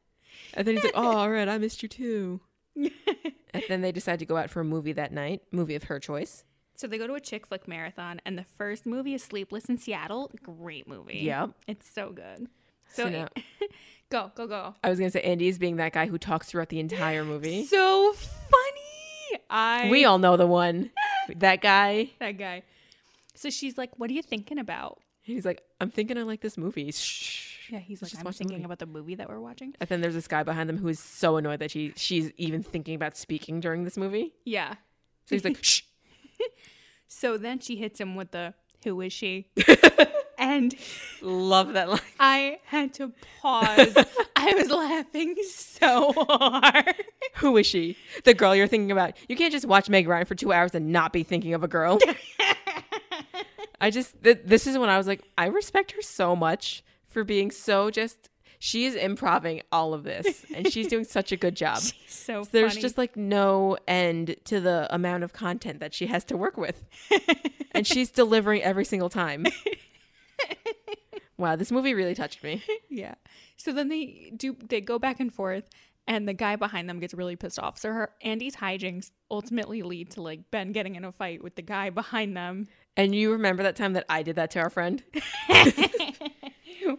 Speaker 2: and then he's like, "Oh, all right, I missed you too." and then they decide to go out for a movie that night, movie of her choice.
Speaker 1: So they go to a chick flick marathon, and the first movie is Sleepless in Seattle. Great movie.
Speaker 2: Yep.
Speaker 1: It's so good.
Speaker 2: So,
Speaker 1: So,
Speaker 2: now-
Speaker 1: go, go, go.
Speaker 2: I was gonna say Andy is being that guy who talks throughout the entire movie.
Speaker 1: So funny. I
Speaker 2: we all know the one, that guy.
Speaker 1: that guy. So she's like, "What are you thinking about?"
Speaker 2: He's like, "I'm thinking I like this movie." Shh.
Speaker 1: Yeah, he's like,
Speaker 2: Let's just
Speaker 1: "I'm
Speaker 2: watch the
Speaker 1: thinking
Speaker 2: movie."
Speaker 1: about the movie that we're watching."
Speaker 2: And then there's this guy behind them who is so annoyed that she she's even thinking about speaking during this movie.
Speaker 1: Yeah.
Speaker 2: So he's like, shh.
Speaker 1: So then she hits him with the, "Who is she?" and
Speaker 2: Love that line.
Speaker 1: I had to pause. I was laughing so hard.
Speaker 2: Who is she? The girl you're thinking about. You can't just watch Meg Ryan for two hours and not be thinking of a girl. I just, th- this is when I was like, I respect her so much for being so just, She is improving all of this, and she's doing such a good job.
Speaker 1: She's so
Speaker 2: There's
Speaker 1: funny.
Speaker 2: just like no end to the amount of content that she has to work with. and she's delivering every single time. wow, this movie really touched me.
Speaker 1: Yeah. So then they do they go back and forth and the guy behind them gets really pissed off. So her Andy's hijinks ultimately lead to like Ben getting in a fight with the guy behind them.
Speaker 2: And you remember that time that I did that to our friend?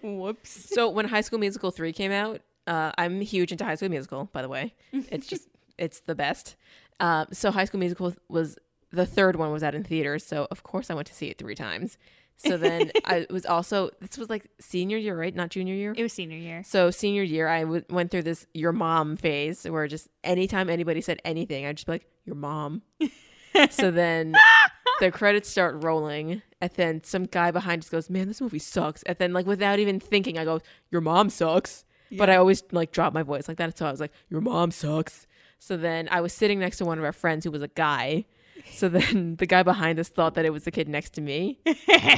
Speaker 1: Whoops.
Speaker 2: So when High School Musical 3 came out, uh, I'm huge into High School Musical, by the way. It's just, it's the best. Um, so High School Musical was, the third one was out in theaters. So of course I went to see it three times. So then I was also, this was like senior year, right? Not junior year?
Speaker 1: It was senior year.
Speaker 2: So senior year, I w- went through this your mom phase where just anytime anybody said anything, I'd just be like, your mom. so then the credits start rolling. And then some guy behind just goes, man, this movie sucks. And then like without even thinking, I go, your mom sucks. But I always like drop my voice like that. So I was like, your mom sucks. So then I was sitting next to one of our friends who was a guy. So then the guy behind us thought that it was the kid next to me.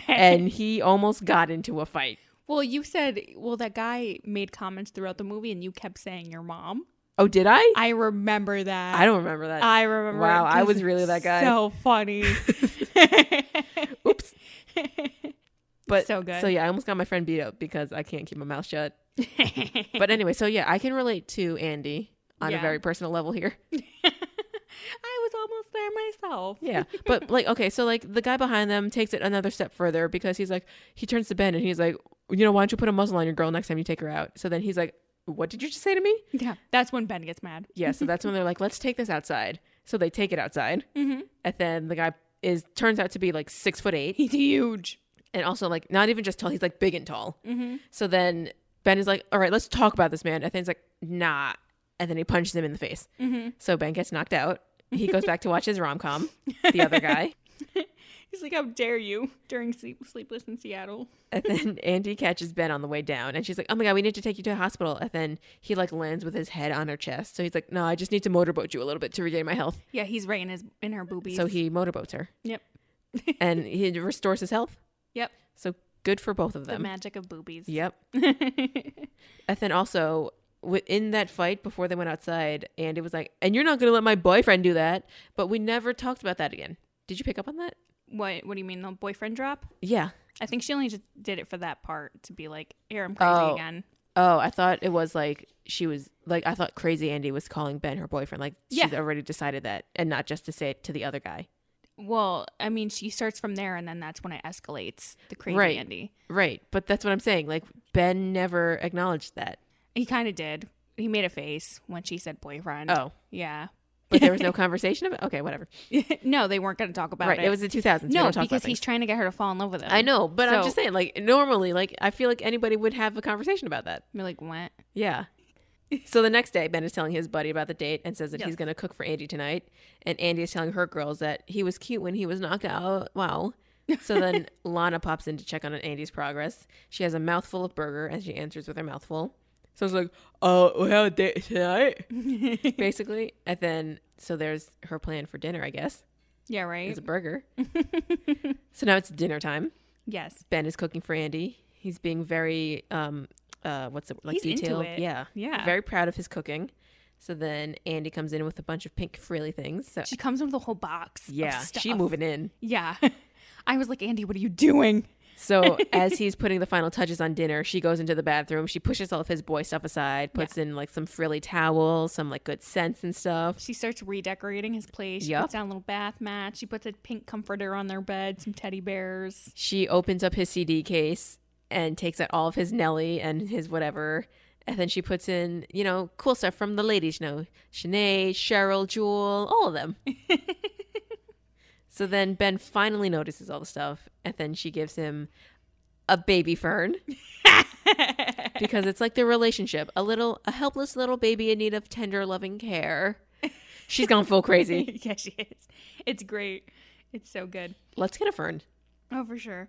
Speaker 2: and he almost got into a fight.
Speaker 1: Well, you said well that guy made comments throughout the movie and you kept saying your mom.
Speaker 2: Oh, did I?
Speaker 1: I remember that.
Speaker 2: I don't remember that.
Speaker 1: I remember.
Speaker 2: Wow,
Speaker 1: it
Speaker 2: I
Speaker 1: 'cause
Speaker 2: was really
Speaker 1: it's
Speaker 2: that guy.
Speaker 1: So funny.
Speaker 2: Oops. But
Speaker 1: So good.
Speaker 2: So yeah, I almost got my friend beat up because I can't keep my mouth shut. But anyway, so yeah, I can relate to Andy on
Speaker 1: Yeah.
Speaker 2: a very personal level here.
Speaker 1: I was almost there myself.
Speaker 2: Yeah. but like okay, so like the guy behind them takes it another step further because he's like he turns to Ben and he's like, "You know, why don't you put a muzzle on your girl next time you take her out?" So then he's like, "What did you just say to me?"
Speaker 1: Yeah. That's when Ben gets mad.
Speaker 2: Yeah, so that's when they're like, "Let's take this outside." So they take it outside.
Speaker 1: Mhm.
Speaker 2: And then the guy is turns out to be like 6 foot 8.
Speaker 1: He's huge.
Speaker 2: and also like not even just tall he's like big and tall
Speaker 1: Mhm.
Speaker 2: so then ben is like all right let's talk about this man and then he's like nah and then he punches him in the face
Speaker 1: Mhm.
Speaker 2: so ben gets knocked out he goes back to watch his rom-com the other guy
Speaker 1: He's like, "How dare you?" During sleep- Sleepless in Seattle.
Speaker 2: and then andy catches ben on the way down and she's like oh my god we need to take you to the hospital and then he like lands with his head on her chest so he's like no i just need to motorboat you a little bit to regain my health
Speaker 1: Yeah, he's right in his in her boobies.
Speaker 2: so he motorboats her
Speaker 1: Yep.
Speaker 2: and he restores his health
Speaker 1: Yep.
Speaker 2: so good for both of
Speaker 1: The
Speaker 2: them
Speaker 1: magic of boobies.
Speaker 2: yep And then also within that fight before they went outside, Andy was like, "And you're not gonna let my boyfriend do that." But we never talked about that again. Did you pick up on that?
Speaker 1: what What do you mean the boyfriend drop?
Speaker 2: Yeah.
Speaker 1: I think she only just did it for that part to be like, "Here, I'm crazy
Speaker 2: Oh.
Speaker 1: again."
Speaker 2: Oh, I thought it was like she was like I thought crazy Andy was calling Ben her boyfriend. Like she's
Speaker 1: Yeah.
Speaker 2: already decided that, and not just to say it to the other guy.
Speaker 1: Well, I mean, she starts from there, and then that's when it escalates. The crazy
Speaker 2: Right.
Speaker 1: Andy.
Speaker 2: Right. But that's what I'm saying. Like Ben never acknowledged that.
Speaker 1: He kind of did. He made a face when she said boyfriend.
Speaker 2: Oh,
Speaker 1: yeah.
Speaker 2: but there was no conversation about. Okay, whatever.
Speaker 1: no, they weren't going to talk about
Speaker 2: right.
Speaker 1: it.
Speaker 2: It. was the 2000s. We
Speaker 1: no,
Speaker 2: don't talk about
Speaker 1: because
Speaker 2: things.
Speaker 1: he's trying to get her to fall in love with him.
Speaker 2: I know, but I'm
Speaker 1: So-
Speaker 2: just saying. Like normally, like I feel like anybody would have a conversation about that.
Speaker 1: You're like, what?
Speaker 2: Yeah. So the next day, Ben is telling his buddy about the date and says that he's
Speaker 1: Yes.
Speaker 2: going to cook for Andy tonight. And Andy is telling her girls that he was cute when he was knocked out. Wow. So then Lana pops in to check on Andy's progress. She has a mouthful of burger and she answers with her mouthful. So it's like, oh, we have a date tonight, basically. And then, so there's her plan for dinner, I guess.
Speaker 1: Yeah, right.
Speaker 2: It's a burger. so now it's dinner time.
Speaker 1: yes.
Speaker 2: Ben is cooking for Andy. He's being very um uh what's it like
Speaker 1: He's into
Speaker 2: detailed.
Speaker 1: it.
Speaker 2: Yeah.
Speaker 1: Yeah.
Speaker 2: Very proud of his cooking. So then Andy comes in with a bunch of pink frilly things. So
Speaker 1: She comes in with a whole box. of
Speaker 2: yeah,
Speaker 1: stuff.
Speaker 2: she moving in.
Speaker 1: Yeah. I was like, Andy, what are you doing?
Speaker 2: So as he's putting the final touches on dinner, she goes into the bathroom. She pushes all of his boy stuff aside, puts in like some frilly towels, some like good scents and stuff.
Speaker 1: She starts redecorating his place. She
Speaker 2: Yup.
Speaker 1: puts down a little bath mat. She puts a pink comforter on their bed, some teddy bears.
Speaker 2: She opens up his CD case and takes out all of his Nelly and his whatever. And then she puts in, you know, cool stuff from the ladies, you know, Sinead, Cheryl, Jewel, all of them. so then Ben finally notices all the stuff. And then she gives him a baby fern because it's like their relationship a little, a helpless little baby in need of tender, loving care. She's gone full crazy.
Speaker 1: yeah, she is. It's great. It's so good.
Speaker 2: Let's get a fern.
Speaker 1: Oh, for sure.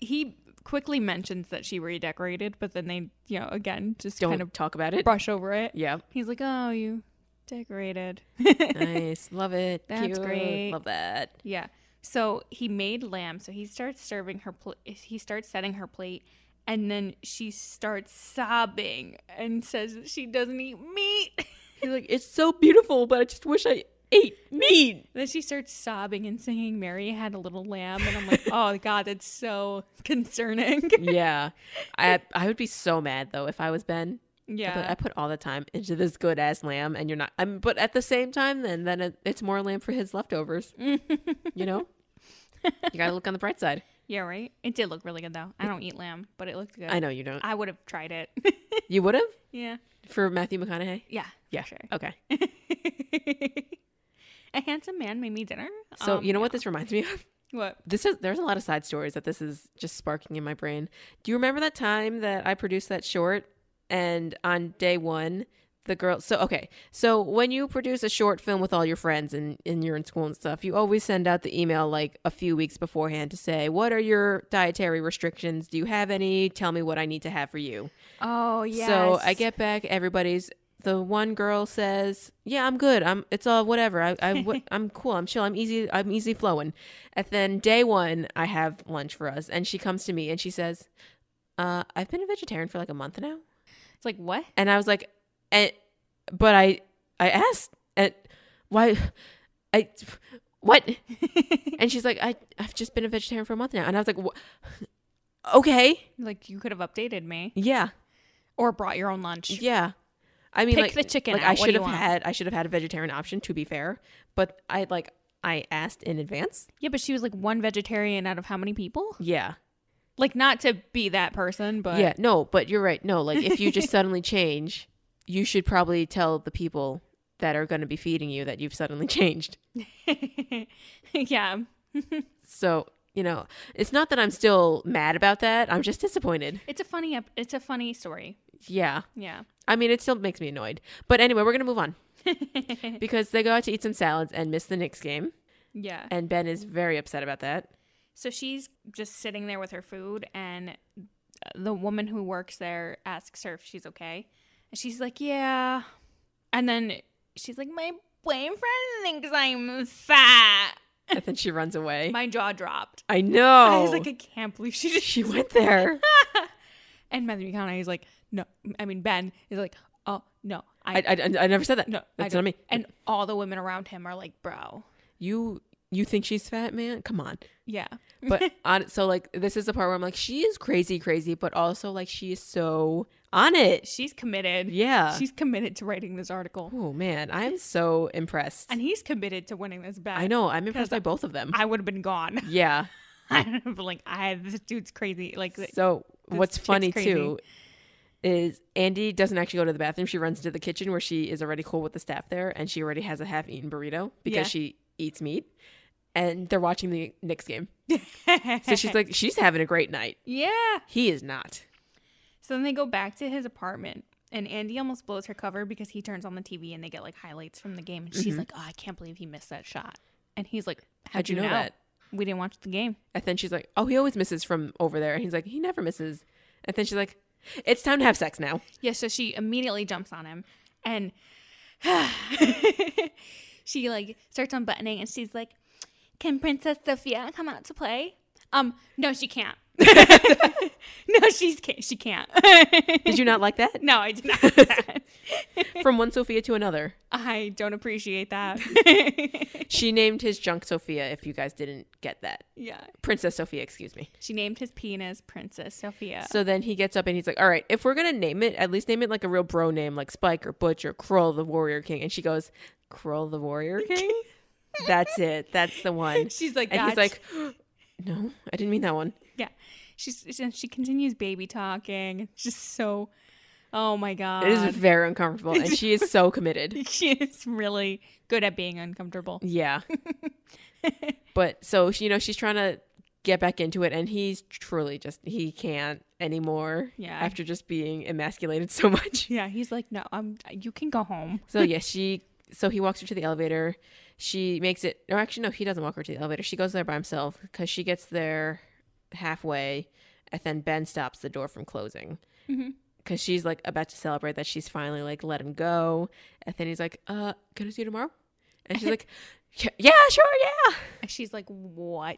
Speaker 1: He quickly mentions that she redecorated, but then they, you know, again, just
Speaker 2: Don't
Speaker 1: kind of
Speaker 2: talk about it.
Speaker 1: brush over it.
Speaker 2: yeah.
Speaker 1: He's like, oh, you decorated.
Speaker 2: nice. Love it.
Speaker 1: That's
Speaker 2: Cute.
Speaker 1: great.
Speaker 2: Love that.
Speaker 1: Yeah. So he made lamb. So he starts serving her. Pl- he starts setting her plate, And then she starts sobbing and says that she doesn't eat meat.
Speaker 2: He's like, it's so beautiful, but I just wish I ate meat.
Speaker 1: then she starts sobbing and singing Mary Had a Little Lamb. And I'm like, oh, God, that's so concerning.
Speaker 2: yeah. I I would be so mad though if I was Ben. I'd be like, I
Speaker 1: yeah.
Speaker 2: put all the time into this good ass lamb, and you're not. I'm, but at the same time, then then it, it's more lamb for his leftovers. You know, you gotta look on the bright side.
Speaker 1: yeah, right? It did look really good, though. I don't eat lamb, but it looked good.
Speaker 2: I know you don't.
Speaker 1: I would have tried it.
Speaker 2: You would have
Speaker 1: yeah.
Speaker 2: for Matthew McConaughey.
Speaker 1: Yeah.
Speaker 2: Yeah.
Speaker 1: Sure.
Speaker 2: Okay.
Speaker 1: a handsome man made me dinner.
Speaker 2: So
Speaker 1: Um,
Speaker 2: you know what this reminds me of?
Speaker 1: what?
Speaker 2: This is there's a lot of side stories that this is just sparking in my brain. Do you remember that time that I produced that short and on day 1 the girl so okay. So when you produce a short film with all your friends and, and you're in school and stuff, you always send out the email like a few weeks beforehand to say, "What are your dietary restrictions? Do you have any? Tell me what I need to have for you."
Speaker 1: Oh, yeah.
Speaker 2: So I get back everybody's. The one girl says, "Yeah, I'm good. I'm. It's all whatever. I, I w- I'm cool. I'm chill. I'm easy. I'm easy flowing." And then day one, I have lunch for us, and she comes to me and she says, uh, "I've been a vegetarian for like a month now,"
Speaker 1: It's like, what?
Speaker 2: and I was like, "And, but I, I asked, and why, I, what?" and she's like, "I, I've just been a vegetarian for a month now," and I was like, "Wh- "Okay,
Speaker 1: like, you could have updated me
Speaker 2: yeah."
Speaker 1: or brought your own lunch.
Speaker 2: Yeah. I mean,
Speaker 1: Pick
Speaker 2: like
Speaker 1: the chicken
Speaker 2: Like
Speaker 1: out.
Speaker 2: I
Speaker 1: What do
Speaker 2: should
Speaker 1: you
Speaker 2: have
Speaker 1: want?
Speaker 2: had, I should have had a vegetarian option. To be fair, but I like I asked in advance.
Speaker 1: Yeah, but she was like one vegetarian out of how many people?
Speaker 2: Yeah,
Speaker 1: Like, not to be that person, but
Speaker 2: yeah. No, but you're right. No, like if you just suddenly change, you should probably tell the people that are going to be feeding you that you've suddenly changed.
Speaker 1: yeah.
Speaker 2: So you know, it's not that I'm still mad about that. I'm just disappointed.
Speaker 1: It's a funny ep- it's a funny story.
Speaker 2: Yeah.
Speaker 1: Yeah.
Speaker 2: I mean, it still makes me annoyed. But anyway, we're gonna move on because they go out to eat some salads and miss the Knicks game,
Speaker 1: Yeah.
Speaker 2: and Ben is very upset about that.
Speaker 1: So she's just sitting there with her food and the woman who works there asks her if she's okay. And she's like, "Yeah." And then she's like, "My boyfriend thinks I'm fat."
Speaker 2: and then she runs away.
Speaker 1: My jaw dropped.
Speaker 2: I know.
Speaker 1: I was
Speaker 2: Oh.
Speaker 1: like, "I can't believe she just
Speaker 2: she went there.
Speaker 1: And Matthew McConaughey's like, "No." I mean, Ben is like, "Oh, no."
Speaker 2: I, I, I- I never said that.
Speaker 1: No, I
Speaker 2: that's not
Speaker 1: don't-
Speaker 2: me.
Speaker 1: And all the women around him are like, bro.
Speaker 2: You you think she's fat, man? Come on.
Speaker 1: Yeah.
Speaker 2: But on, so like this is the part where I'm like, she is crazy, crazy, but also like she is so on it.
Speaker 1: She's committed.
Speaker 2: Yeah.
Speaker 1: She's committed to writing this article.
Speaker 2: oh man, I'm so impressed.
Speaker 1: And he's committed to winning this bet.
Speaker 2: I know. I'm impressed by both of them.
Speaker 1: I would have been gone.
Speaker 2: yeah.
Speaker 1: I would have been like, I this dude's crazy. Like
Speaker 2: So what's
Speaker 1: chick's
Speaker 2: funny
Speaker 1: crazy.
Speaker 2: too is Andy doesn't actually go to the bathroom. She runs into the kitchen where she is already cool with the staff there, and she already has a half-eaten burrito because
Speaker 1: Yeah.
Speaker 2: she eats meat. And they're watching the Knicks game, so she's like, she's having a great night.
Speaker 1: Yeah.
Speaker 2: He is not.
Speaker 1: So then they go back to his apartment and Andy almost blows her cover because he turns on the TV and they get like highlights from the game. And
Speaker 2: Mm-hmm.
Speaker 1: she's like, Oh, I can't believe he missed that shot. And he's like, How'd, you know, that? We didn't watch the game.
Speaker 2: And then she's like, oh, he always misses from over there, and he's like, he never misses. And then she's like, it's time to have sex now.
Speaker 1: Yeah, so she immediately jumps on him and she like starts unbuttoning and she's like, Can Princess Sophia come out to play? Um, no, she can't. no, she's ca- she can't.
Speaker 2: Did you not like that?
Speaker 1: no, I did not. like that.
Speaker 2: From one Sophia to another,
Speaker 1: I don't appreciate that.
Speaker 2: she named his junk Sophia. If you guys didn't get that,
Speaker 1: yeah.
Speaker 2: Princess Sophia, excuse me.
Speaker 1: She named his penis Princess Sophia.
Speaker 2: So then he gets up and he's like, "All right, if we're gonna name it, at least name it like a real bro name, like Spike or Butch or Krull the Warrior King." And she goes, "Krull the Warrior King? That's it. That's the one."
Speaker 1: She's like,
Speaker 2: And
Speaker 1: That's-
Speaker 2: he's like, "No, I didn't mean that one."
Speaker 1: Yeah. She's, she, she continues baby talking. It's just so, oh my God.
Speaker 2: It is very uncomfortable, and she is so committed.
Speaker 1: she is really good at being uncomfortable.
Speaker 2: Yeah. But so she, you know, she's trying to get back into it, and he's truly just he can't anymore.
Speaker 1: Yeah.
Speaker 2: After just being emasculated so much.
Speaker 1: Yeah, he's like, no, I'm. You can go home.
Speaker 2: So yeah, she. So he walks her to the elevator. She makes it. Or actually, no, he doesn't walk her to the elevator. She goes there by himself because she gets there halfway, and then Ben stops the door from closing
Speaker 1: Mhm.
Speaker 2: because she's like about to celebrate that she's finally like let him go, and then he's like, "Uh, can I see you tomorrow?" And she's like, "Yeah, yeah, sure, yeah,
Speaker 1: And She's like, what?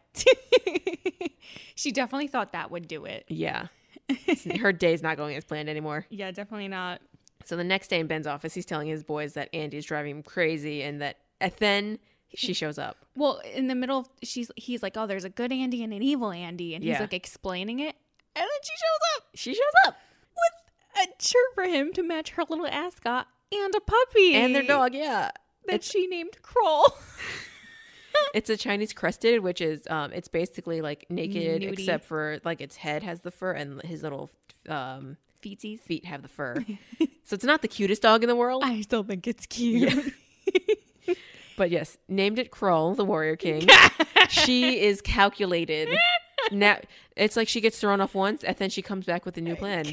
Speaker 1: she definitely thought that would do it.
Speaker 2: yeah." It's- Her day's not going as planned anymore.
Speaker 1: Yeah, definitely not.
Speaker 2: So the next day in Ben's office, he's telling his boys that Andy's driving him crazy and that and then she shows up.
Speaker 1: Well, in the middle, of, she's he's like, "Oh, there's a good Andy and an evil Andy," and he's
Speaker 2: Yeah.
Speaker 1: like explaining it, and then she shows up
Speaker 2: She shows up
Speaker 1: with a shirt for him to match her little ascot and a puppy
Speaker 2: and their dog, yeah.
Speaker 1: that
Speaker 2: It's,
Speaker 1: she named Kroll.
Speaker 2: it's a Chinese crested, which is um, it's basically like naked
Speaker 1: Nudie.
Speaker 2: except for like its head has the fur and his little um,
Speaker 1: Feetsies.
Speaker 2: feet have the fur. so it's not the cutest dog in the world,
Speaker 1: I still think it's cute.
Speaker 2: but yes, named it Kroll, the Warrior King. she is calculated. Now it's like she gets thrown off once, and then she comes back with a new plan.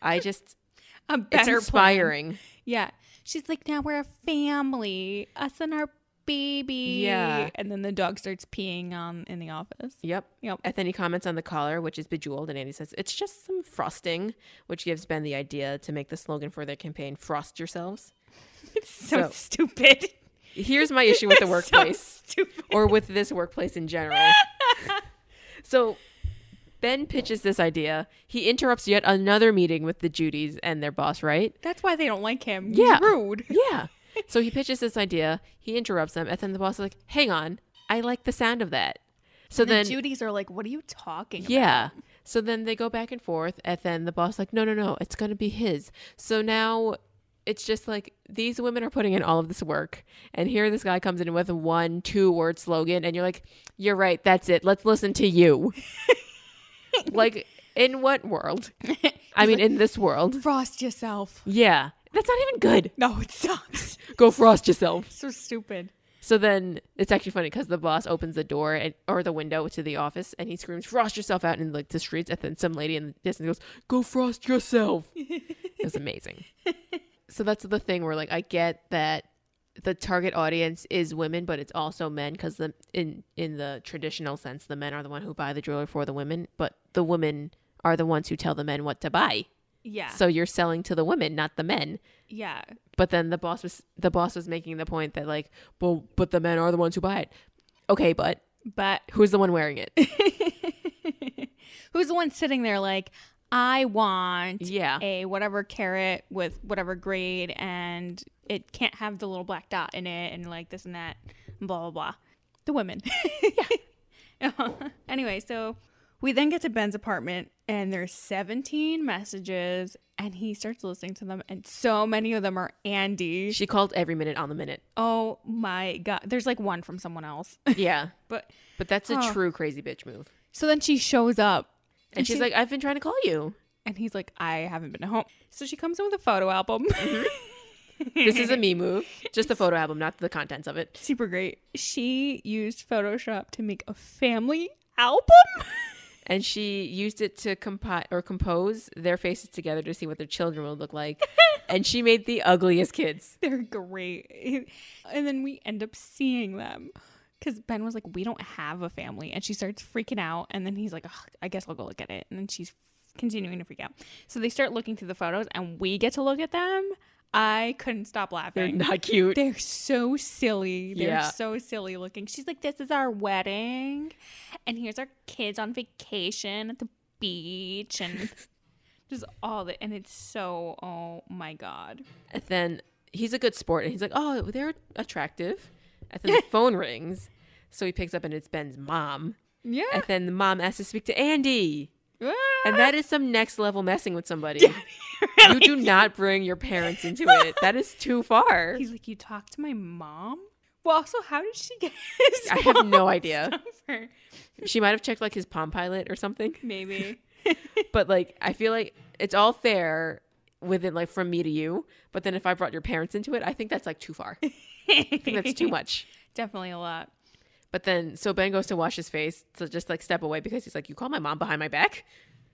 Speaker 2: I just
Speaker 1: a
Speaker 2: it's
Speaker 1: better plan.
Speaker 2: inspiring.
Speaker 1: Yeah. She's like, now we're a family, us and our baby.
Speaker 2: Yeah.
Speaker 1: And then the dog starts peeing um in the office.
Speaker 2: Yep.
Speaker 1: Yep.
Speaker 2: And then he comments on the collar, which is bejeweled, and Andy says it's just some frosting, which gives Ben the idea to make the slogan for their campaign "Frost yourselves."
Speaker 1: So,
Speaker 2: So-
Speaker 1: stupid.
Speaker 2: Here's my issue with the
Speaker 1: So
Speaker 2: workplace,
Speaker 1: stupid.
Speaker 2: or with this workplace in general. so Ben pitches this idea. He interrupts yet another meeting with the Judys and their boss, right?
Speaker 1: That's why they don't like him. He's
Speaker 2: Yeah.
Speaker 1: rude.
Speaker 2: Yeah. so he pitches this idea. He interrupts them, and then the boss is like, "Hang on, I like the sound of that." So
Speaker 1: The
Speaker 2: then
Speaker 1: Judies are like, what are you talking about?
Speaker 2: Yeah. So then they go back and forth, and then the boss like, no, no, no, it's gonna be his. So now it's just like these women are putting in all of this work, and here this guy comes in with a one, two word slogan, and you're like, you're right, that's it. Let's listen to you. like, in what world? I mean, in this world.
Speaker 1: Frost yourself.
Speaker 2: Yeah, that's not even good.
Speaker 1: No, it sucks.
Speaker 2: Go frost yourself.
Speaker 1: so stupid.
Speaker 2: So then it's actually funny because the boss opens the door and, or the window to the office and he screams, "Frost yourself out!" in like the streets, and then some lady in the distance goes, "Go frost yourself!" it was amazing. so that's the thing where like I get that the target audience is women, but it's also men because the in in the traditional sense, the men are the one who buy the jewelry for the women, but the women are the ones who tell the men what to buy.
Speaker 1: Yeah.
Speaker 2: So you're selling to the women, not the men
Speaker 1: yeah.
Speaker 2: but then the boss was the boss was making the point that like well but the men are the ones who buy it okay but
Speaker 1: But
Speaker 2: who's the one wearing it
Speaker 1: who's the one sitting there like, I want
Speaker 2: yeah
Speaker 1: a whatever carrot with whatever grade and it can't have the little black dot in it and like this and that and blah blah blah the women Uh-huh. anyway so we then get to ben's apartment and there's 17 messages and he starts listening to them and so many of them are andy
Speaker 2: she called every minute on the minute
Speaker 1: oh my god there's like one from someone else
Speaker 2: yeah
Speaker 1: but
Speaker 2: but that's a
Speaker 1: Oh.
Speaker 2: true crazy bitch move
Speaker 1: so then she shows up
Speaker 2: and, she's
Speaker 1: she-
Speaker 2: like i've been trying to call you
Speaker 1: and he's like i haven't been home so she comes in with a photo album
Speaker 2: Mm-hmm. this is a me move just the photo album not the contents of it
Speaker 1: super great. She used Photoshop to make a family album.
Speaker 2: and she used it to compi- or compose their faces together to see what their children would look like and she made the ugliest kids
Speaker 1: They're great. And then we end up seeing them. Because Ben was like, we don't have a family. And she starts freaking out. And then he's like, "Ugh, I guess I'll go look at it. And then she's continuing to freak out. So they start looking through the photos and we get to look at them. I couldn't stop
Speaker 2: they're
Speaker 1: laughing.
Speaker 2: not cute
Speaker 1: They're so silly. They're
Speaker 2: Yeah.
Speaker 1: so silly looking. She's like, This is our wedding. And here's our kids on vacation at the beach and just all that. And it's so, oh my God.
Speaker 2: And then he's a good sport and he's like, oh, they're attractive. And then the phone rings. So he picks up and it's Ben's mom.
Speaker 1: Yeah.
Speaker 2: And then the mom asks to speak to Andy.
Speaker 1: Ah.
Speaker 2: And that is some next level messing with somebody. You do not bring your parents into it. That is too far.
Speaker 1: He's like, You talked to my mom? Well, also, how did she get his
Speaker 2: I have no
Speaker 1: mom's
Speaker 2: idea.
Speaker 1: number?
Speaker 2: She might have checked like his Palm Pilot or something.
Speaker 1: Maybe.
Speaker 2: But like, I feel like it's all fair within like from me to you. But then if I brought your parents into it, I think that's like too far. I think that's too much.
Speaker 1: Definitely a lot.
Speaker 2: But then, so Ben goes to wash his face to just like step away because he's like, "You call my mom behind my back,"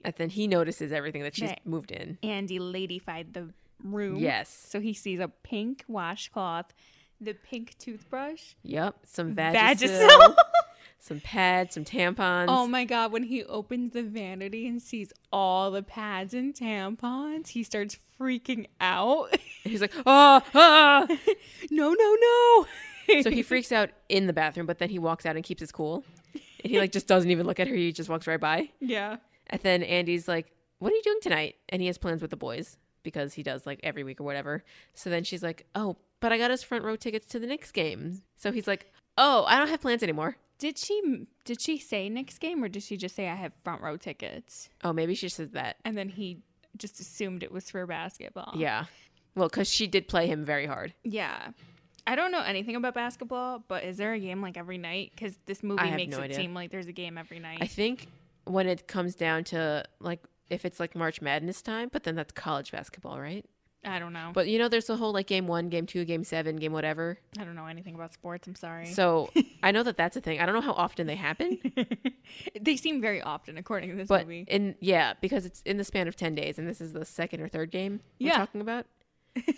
Speaker 2: and then he notices everything that she's
Speaker 1: Right.
Speaker 2: moved in.
Speaker 1: Andy ladyfied the room.
Speaker 2: Yes.
Speaker 1: So he sees a pink washcloth, the pink toothbrush,
Speaker 2: Yep. Some Vagisil,
Speaker 1: Vagisil.
Speaker 2: some pads, some tampons.
Speaker 1: oh my god, when he opens the vanity and sees all the pads and tampons, he starts freaking out.
Speaker 2: And he's like, "Oh, ah!"
Speaker 1: no, no, no.
Speaker 2: so he freaks out in the bathroom, but then he walks out and keeps his cool, and he like just doesn't even look at her. He just walks right by.
Speaker 1: yeah.
Speaker 2: And then Andy's like, what are you doing tonight? And he has plans with the boys because he does like every week or whatever. So then she's like, oh, but I got us front row tickets to the Knicks game. So he's like, oh, I don't have plans anymore.
Speaker 1: Did she did she say next game or did she just say I have front row tickets?
Speaker 2: Oh, maybe she said that.
Speaker 1: And then he just assumed it was for basketball.
Speaker 2: Yeah. Well, because she did play him very hard.
Speaker 1: Yeah. I don't know anything about basketball, but is there a game like every night? Because this
Speaker 2: I
Speaker 1: movie
Speaker 2: have
Speaker 1: makes
Speaker 2: no
Speaker 1: it
Speaker 2: idea.
Speaker 1: seem like there's a game every night.
Speaker 2: I think when it comes down to like if it's like March Madness time, but then that's college basketball, right?
Speaker 1: I don't know.
Speaker 2: But you know, there's a whole like game one, game two, game seven, game whatever.
Speaker 1: I don't know anything about sports. I'm sorry.
Speaker 2: So I know that that's a thing. I don't know how often they happen,
Speaker 1: they seem very often according to this
Speaker 2: but
Speaker 1: movie.
Speaker 2: in yeah, because it's in the span of ten days, and this is the second or third game we're
Speaker 1: Yeah.
Speaker 2: talking about.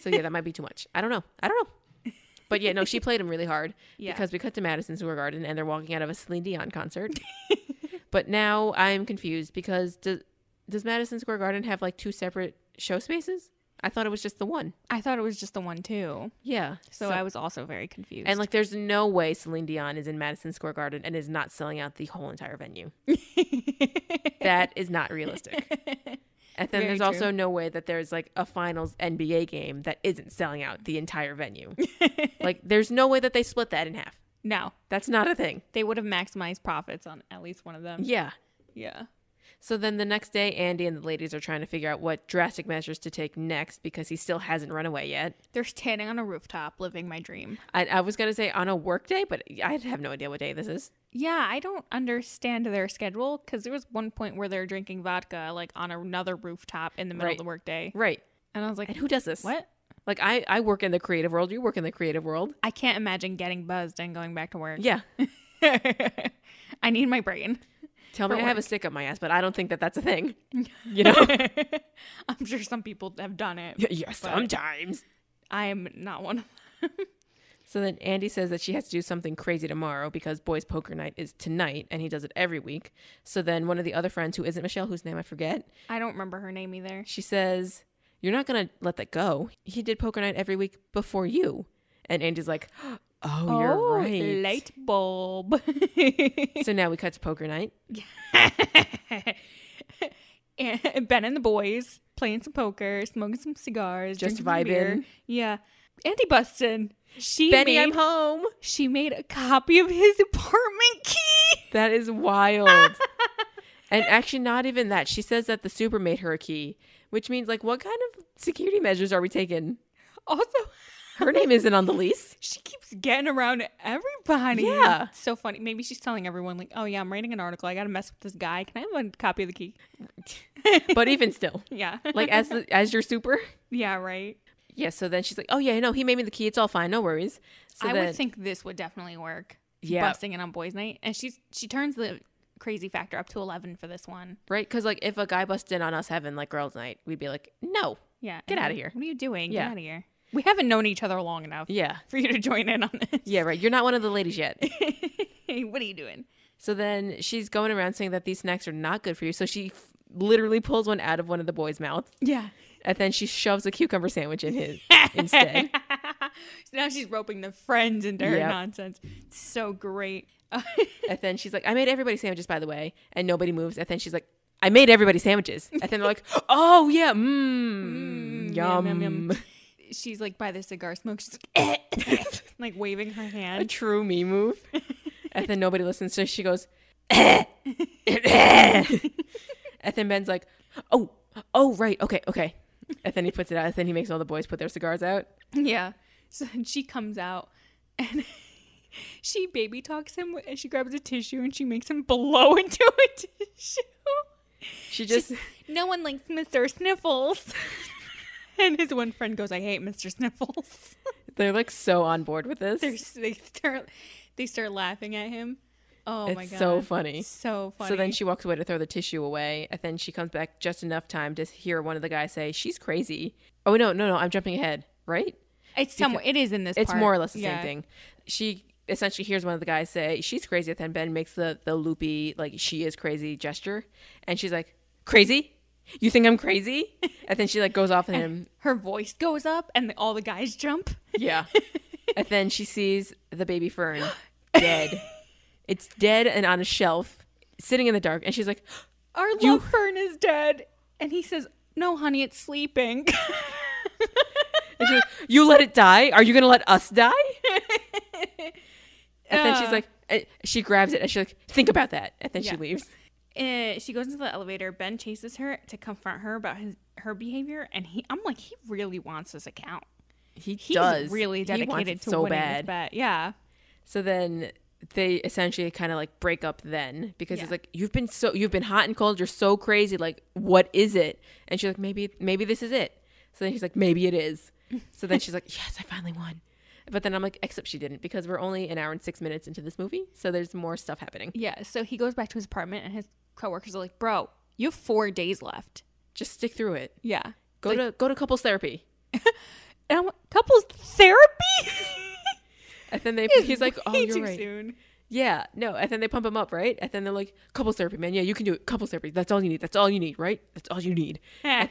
Speaker 2: So yeah, that might be too much. I don't know. I don't know. But yeah, no, she played him really hard
Speaker 1: Yeah.
Speaker 2: because we cut to Madison Square Garden and they're walking out of a Celine Dion concert. but now I'm confused because does does Madison Square Garden have like two separate show spaces? I thought it was just the one.
Speaker 1: I thought it was just the one too.
Speaker 2: Yeah.
Speaker 1: So, I was also very confused.
Speaker 2: And like, there's no way Celine Dion is in Madison Square Garden and is not selling out the whole entire venue. that is not realistic. And then
Speaker 1: Very
Speaker 2: there's
Speaker 1: true.
Speaker 2: also no way that there's like a finals NBA game that isn't selling out the entire venue. like, there's no way that they split that in half.
Speaker 1: no,
Speaker 2: That's not a thing.
Speaker 1: they would have maximized profits on at least one of them.
Speaker 2: Yeah.
Speaker 1: Yeah.
Speaker 2: So then the next day, Andy and the ladies are trying to figure out what drastic measures to take next because he still hasn't run away yet.
Speaker 1: They're standing on a rooftop living my dream.
Speaker 2: I, I was going to say on a work day, but I have no idea what day this is.
Speaker 1: Yeah, I don't understand their schedule because there was one point where they're drinking vodka like on another rooftop in the middle
Speaker 2: Right.
Speaker 1: of the workday.
Speaker 2: Right.
Speaker 1: And I was
Speaker 2: And
Speaker 1: like,
Speaker 2: who does this?
Speaker 1: what?
Speaker 2: Like, I, I work in the creative world. You work in the creative world.
Speaker 1: I can't imagine getting buzzed and going back to work.
Speaker 2: Yeah.
Speaker 1: I need my brain.
Speaker 2: Tell me
Speaker 1: for
Speaker 2: I have a stick up my ass, but I don't think that that's a thing. You know?
Speaker 1: I'm sure some people have done it.
Speaker 2: yeah, sometimes.
Speaker 1: I am not one. of them.
Speaker 2: So then Andy says that she has to do something crazy tomorrow because boys poker night is tonight and he does it every week. So then one of the other friends who isn't Michelle, whose name I forget,
Speaker 1: I don't remember her name either.
Speaker 2: she says, "You're not going to let that go. He did poker night every week before you." And Andy's like, "Oh, you're right."
Speaker 1: light bulb.
Speaker 2: So now we cut to poker night.
Speaker 1: and Ben and the boys playing some poker, smoking some cigars,
Speaker 2: Just
Speaker 1: drinking some beer.
Speaker 2: vibing.
Speaker 1: Yeah, Andy Buston. She
Speaker 2: Benny,
Speaker 1: made,
Speaker 2: I'm home.
Speaker 1: she made a copy of his apartment key.
Speaker 2: That is wild. and actually, not even that. She says that the super made her a key, which means like, what kind of security measures are we taking?
Speaker 1: Also,
Speaker 2: Her name isn't on the lease.
Speaker 1: she keeps getting around everybody.
Speaker 2: Yeah.
Speaker 1: It's so funny. Maybe she's telling everyone like, "Oh yeah, I'm writing an article. I got to mess with this guy. Can I have a copy of the key?"
Speaker 2: But even still,
Speaker 1: Yeah.
Speaker 2: like as the, as your super.
Speaker 1: yeah, right.
Speaker 2: Yeah. So then she's like, oh yeah, no, he made me the key. It's all fine. No worries. So
Speaker 1: I
Speaker 2: then-
Speaker 1: would think this would definitely work.
Speaker 2: Yeah.
Speaker 1: busting it on boys' night, and she's she turns the crazy factor up to eleven for this one.
Speaker 2: Right? Because like if a guy busted in on us having like girls' night, we'd be like, no.
Speaker 1: Yeah,
Speaker 2: Get
Speaker 1: and
Speaker 2: outta
Speaker 1: like,
Speaker 2: here.
Speaker 1: What are you doing?
Speaker 2: Yeah.
Speaker 1: Get out of here. We haven't known each other long enough
Speaker 2: Yeah.
Speaker 1: for you to join in on this.
Speaker 2: Yeah. Right. You're not one of the ladies yet.
Speaker 1: Hey, what are you doing?
Speaker 2: so then she's going around saying that these snacks are not good for you. So she f- literally pulls one out of one of the boys' mouths.
Speaker 1: Yeah.
Speaker 2: and then she shoves a cucumber sandwich in his instead.
Speaker 1: so now she's roping the friends into her
Speaker 2: Yep.
Speaker 1: nonsense. It's so great.
Speaker 2: And then she's like, "I made everybody sandwiches, by the way," and nobody moves. And then she's like, "I made everybody sandwiches." And then they're like, "Oh yeah, mmm, yum,
Speaker 1: Mm, yum, yum, yum." she's like by the cigar smoke. She's like, like waving her
Speaker 2: a
Speaker 1: hand.
Speaker 2: true me move." and then nobody listens, so she goes, and then Ben's like, "Oh, oh right, okay, okay." And then he puts it out, and then he makes all the boys put their cigars out.
Speaker 1: Yeah. So then she comes out and she baby talks him and she grabs a tissue and she makes him blow into a tissue.
Speaker 2: She just
Speaker 1: No one likes Mr. Sniffles. and his one friend goes, I hate Mr. Sniffles.
Speaker 2: they're like so on board with this.
Speaker 1: They're, s- they start they start laughing at him. Oh my
Speaker 2: it's
Speaker 1: god.
Speaker 2: so funny.
Speaker 1: So funny.
Speaker 2: So then she walks away to throw the tissue away, and then she comes back just enough time to hear one of the guys say, "She's crazy." Oh no, no, no! I'm jumping ahead, right?
Speaker 1: it's some it is in this
Speaker 2: It's
Speaker 1: part.
Speaker 2: more or less the
Speaker 1: Yeah.
Speaker 2: same thing. She essentially hears one of the guys say, "She's crazy," and then Ben makes the the loopy like "she is crazy" gesture, and she's like, "Crazy? You think I'm crazy?" and then she like goes off at him.
Speaker 1: Her voice goes up and the, all the guys jump.
Speaker 2: Yeah. and then she sees the baby fern dead. it's dead and on a shelf, sitting in the dark, and she's like.
Speaker 1: Our love
Speaker 2: You-
Speaker 1: fern is dead. And he says, No, honey, it's sleeping.
Speaker 2: And she's like, you let it die? Are you going to let us die? And then she's
Speaker 1: Uh.
Speaker 2: like, eh, she grabs it and she's like, think about that. And then she
Speaker 1: Yeah.
Speaker 2: leaves.
Speaker 1: Uh, she goes into the elevator. Ben chases her to confront her about his her behavior, and he, I'm like, he really wants this account.
Speaker 2: He
Speaker 1: He's
Speaker 2: does.
Speaker 1: really
Speaker 2: He wants
Speaker 1: dedicated
Speaker 2: it
Speaker 1: to winning this bet. Yeah,
Speaker 2: So then they essentially kind of like break up then because
Speaker 1: Yeah.
Speaker 2: it's like you've been so you've been hot and cold. You're so crazy. Like what is it? And she's like maybe maybe this is it. So then he's like maybe it is. So then she's like yes I finally won. But then I'm like except she didn't because we're only an hour and six minutes into this movie. So there's more stuff happening.
Speaker 1: yeah. So he goes back to his apartment, and his coworkers are like, "Bro, you have four days left."
Speaker 2: Just stick through it.
Speaker 1: Yeah,
Speaker 2: Go
Speaker 1: Like-
Speaker 2: to go to couples therapy.
Speaker 1: and I'm like, couples therapy.
Speaker 2: And then they he's like oh
Speaker 1: Way
Speaker 2: you're
Speaker 1: too
Speaker 2: right.
Speaker 1: soon.
Speaker 2: Yeah, no. And then they pump him up, right? And then they're like, couples therapy, man. Yeah, you can do it. Couples therapy. That's all you need. That's all you need, right? That's all you need. and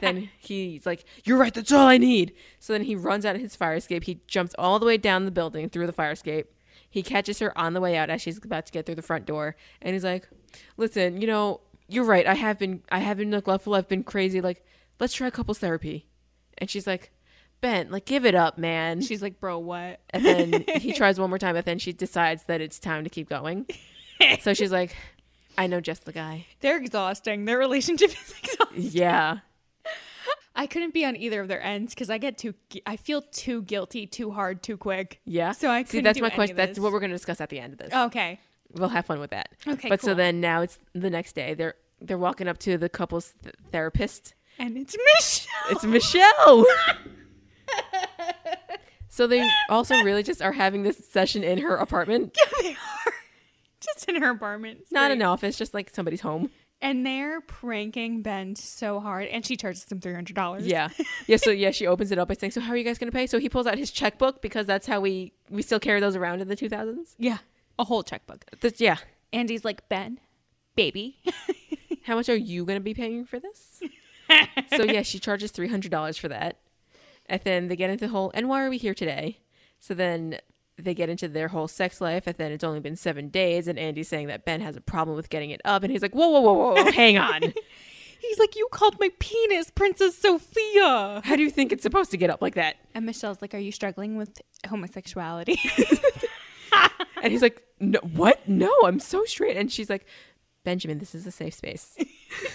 Speaker 2: then he's like, you're right. That's all I need. So then he runs out of his fire escape. He jumps all the way down the building through the fire escape. He catches her on the way out as she's about to get through the front door. And he's like, listen, you know, you're right. I have been, I have been neglectful. I've been crazy. Like, let's try couples therapy. And she's like, Ben, like, give it up, man.
Speaker 1: She's like, "Bro, what?"
Speaker 2: And then he tries one more time, but then she decides that it's time to keep going. So she's like, I know just the guy.
Speaker 1: They're exhausting. Their relationship is exhausting.
Speaker 2: Yeah.
Speaker 1: I couldn't be on either of their ends because I get too. gu- I feel too guilty, too hard, too quick.
Speaker 2: Yeah.
Speaker 1: So I
Speaker 2: See,
Speaker 1: couldn't
Speaker 2: that's
Speaker 1: do
Speaker 2: my
Speaker 1: any of
Speaker 2: question. That's
Speaker 1: this.
Speaker 2: what we're going to discuss at the end of this.
Speaker 1: Okay.
Speaker 2: We'll have fun with that.
Speaker 1: Okay,
Speaker 2: But so
Speaker 1: cool.
Speaker 2: then now it's the next day. They're they're walking up to the couple's th- therapist.
Speaker 1: And it's Michelle.
Speaker 2: It's Michelle. so they also really just are having this session in her apartment,
Speaker 1: Yeah, they are. Just in her apartment. It's
Speaker 2: not
Speaker 1: great.
Speaker 2: an office, just like somebody's home.
Speaker 1: And they're pranking Ben so hard, and she charges him three hundred dollars.
Speaker 2: Yeah. Yeah. So yeah, she opens it up by saying, "So how are you guys going to pay?" So he pulls out his checkbook because that's how we we still carry those around in the 2000s.
Speaker 1: yeah, a whole checkbook.
Speaker 2: That's, yeah.
Speaker 1: And he's like, Ben, baby,
Speaker 2: How much are you going to be paying for this? so yeah, she charges three hundred dollars for that, and then they get into the whole and why are we here today? So then they get into their whole sex life, and then it's only been seven days, and Andy's saying that Ben has a problem with getting it up, and he's like, "Whoa, whoa, whoa, whoa, whoa, hang on!
Speaker 1: he's like, you called my penis Princess Sophia.
Speaker 2: How do you think it's supposed to get up like that?"
Speaker 1: And Michelle's like, are you struggling with homosexuality?
Speaker 2: And he's like, "No, what? No, I'm so straight." And she's like, "Benjamin, this is a safe space."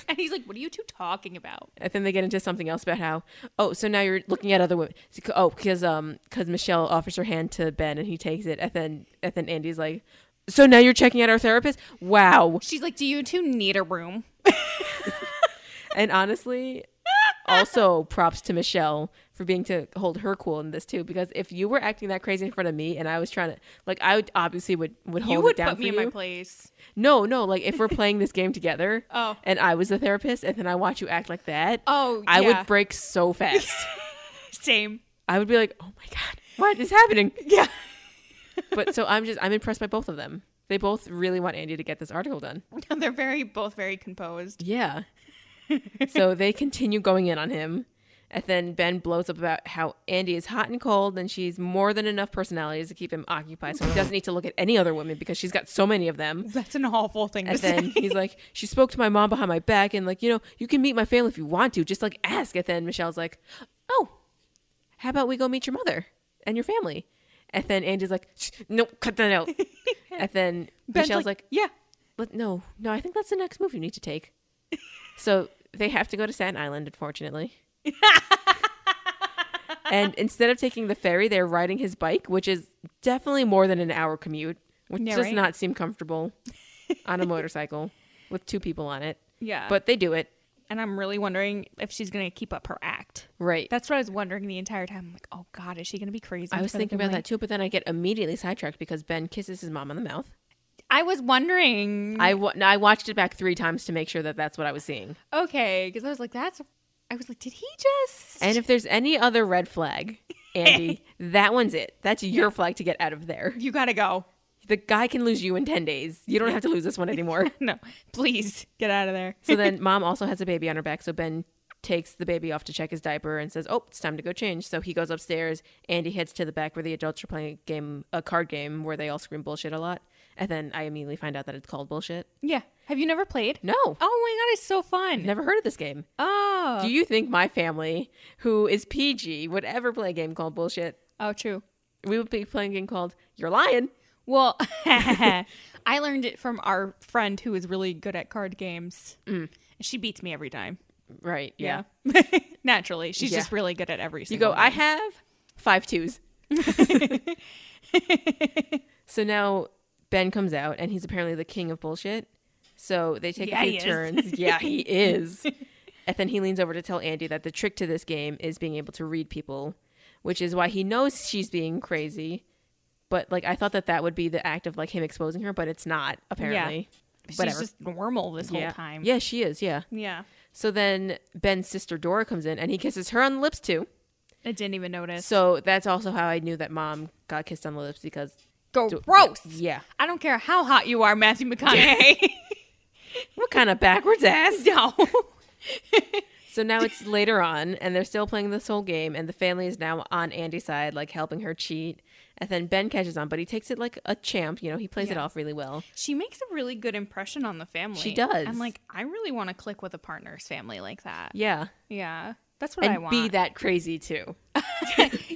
Speaker 1: and he's like, what are you two talking about?
Speaker 2: And then they get into something else about how, oh, so now you're looking at other women. So- Oh, because um, because Michelle offers her hand to Ben and he takes it. And then and then Andy's like, so now you're checking out our therapist. Wow.
Speaker 1: She's like, do you two need a room?
Speaker 2: And honestly, also props to Michelle for being to hold her cool in this too. Because if you were acting that crazy in front of me and I was trying to, like, I would obviously would would hold
Speaker 1: you would
Speaker 2: it down
Speaker 1: put
Speaker 2: for
Speaker 1: me
Speaker 2: you.
Speaker 1: in my place.
Speaker 2: no, no, like if we're playing this game together.
Speaker 1: Oh.
Speaker 2: And I was the therapist, and then I watch you act like that.
Speaker 1: Oh,
Speaker 2: I
Speaker 1: yeah.
Speaker 2: would break so fast.
Speaker 1: Same.
Speaker 2: I would be like, oh my God, what is happening?
Speaker 1: Yeah.
Speaker 2: But so I'm just, I'm impressed by both of them. They both really want Andy to get this article done.
Speaker 1: They're very, both very composed.
Speaker 2: Yeah. so they continue going in on him. And then Ben blows up about how Andy is hot and cold and she's more than enough personalities to keep him occupied. So he doesn't need to look at any other women because she's got so many of them.
Speaker 1: That's an awful thing
Speaker 2: And
Speaker 1: to say.
Speaker 2: then he's like, she spoke to my mom behind my back and like, you know, you can meet my family if you want to. Just like ask. And then Michelle's like, oh, how about we go meet your mother and your family? And then Andy's like, "Shh, no, cut that out. and then
Speaker 1: Ben's
Speaker 2: Michelle's like,
Speaker 1: yeah.
Speaker 2: but no, no, I think that's the next move you need to take. so they have to go to Staten Island, unfortunately. and instead of taking the ferry, they're riding his bike, which is definitely more than an hour commute, which
Speaker 1: Yeah,
Speaker 2: does
Speaker 1: right?
Speaker 2: not seem comfortable on a motorcycle with two people on it.
Speaker 1: Yeah.
Speaker 2: But they do it.
Speaker 1: and I'm really wondering if she's gonna keep up her act.
Speaker 2: Right.
Speaker 1: That's what I was wondering the entire time. I'm like, oh god, is she gonna be crazy?
Speaker 2: I
Speaker 1: in
Speaker 2: was
Speaker 1: front of
Speaker 2: thinking about
Speaker 1: Emily?
Speaker 2: that too, but then I get immediately sidetracked because Ben kisses his mom on the mouth.
Speaker 1: I was wondering.
Speaker 2: I wa- I watched it back three times to make sure that that's what I was seeing.
Speaker 1: okay, because I was like, that's. I was like, did he just?
Speaker 2: And if there's any other red flag, Andy, that one's it. That's your flag to get out of there.
Speaker 1: you gotta go.
Speaker 2: The guy can lose you in 10 days. You don't have to lose this one anymore.
Speaker 1: No, please get out of there.
Speaker 2: so then mom also has a baby on her back. So Ben takes the baby off to check his diaper and says, "Oh, it's time to go change." So he goes upstairs. Andy heads to the back where the adults are playing a game, a card game where they all scream bullshit a lot. And then I immediately find out that it's called bullshit.
Speaker 1: Yeah. Have you never played?
Speaker 2: No,
Speaker 1: Oh my god, it's so fun.
Speaker 2: never heard of this game.
Speaker 1: Oh.
Speaker 2: Do you think my family, who is PG, would ever play a game called bullshit?
Speaker 1: oh, true.
Speaker 2: We would be playing a game called "You're Lying."
Speaker 1: Well, I learned it from our friend who is really good at card games. She beats me every time.
Speaker 2: Right? Mm. yeah.
Speaker 1: Yeah. Naturally. She's
Speaker 2: Yeah.
Speaker 1: just really good at every
Speaker 2: You
Speaker 1: single
Speaker 2: go, I have five twos. so now Ben comes out and he's apparently the king of bullshit. So they take
Speaker 1: Yeah,
Speaker 2: a
Speaker 1: he
Speaker 2: few
Speaker 1: is.
Speaker 2: turns. yeah, he is. And then he leans over to tell Andy that the trick to this game is being able to read people, which is why he knows she's being crazy. But like I thought that that would be the act of like him exposing her, but it's not apparently.
Speaker 1: She's
Speaker 2: Whatever.
Speaker 1: just normal this
Speaker 2: yeah.
Speaker 1: whole time.
Speaker 2: Yeah, she is. Yeah.
Speaker 1: Yeah.
Speaker 2: So then Ben's sister Dora comes in and he kisses her on the lips too.
Speaker 1: I didn't even notice.
Speaker 2: So that's also how I knew that mom got kissed on the lips because
Speaker 1: Gross.
Speaker 2: yeah,
Speaker 1: I don't care how hot you are, Matthew McConaughey.
Speaker 2: what kind of backwards ass?
Speaker 1: no.
Speaker 2: So now it's later on, and they're still playing this whole game, and the family is now on Andy's side, like helping her cheat. And then Ben catches on, but he takes it like a champ. You know, he plays it
Speaker 1: Yeah.
Speaker 2: off really well.
Speaker 1: She makes a really good impression on the family.
Speaker 2: She does.
Speaker 1: I'm like, I really want to click with a partner's family like that.
Speaker 2: Yeah,
Speaker 1: Yeah. That's what I
Speaker 2: and
Speaker 1: want.
Speaker 2: be that crazy too.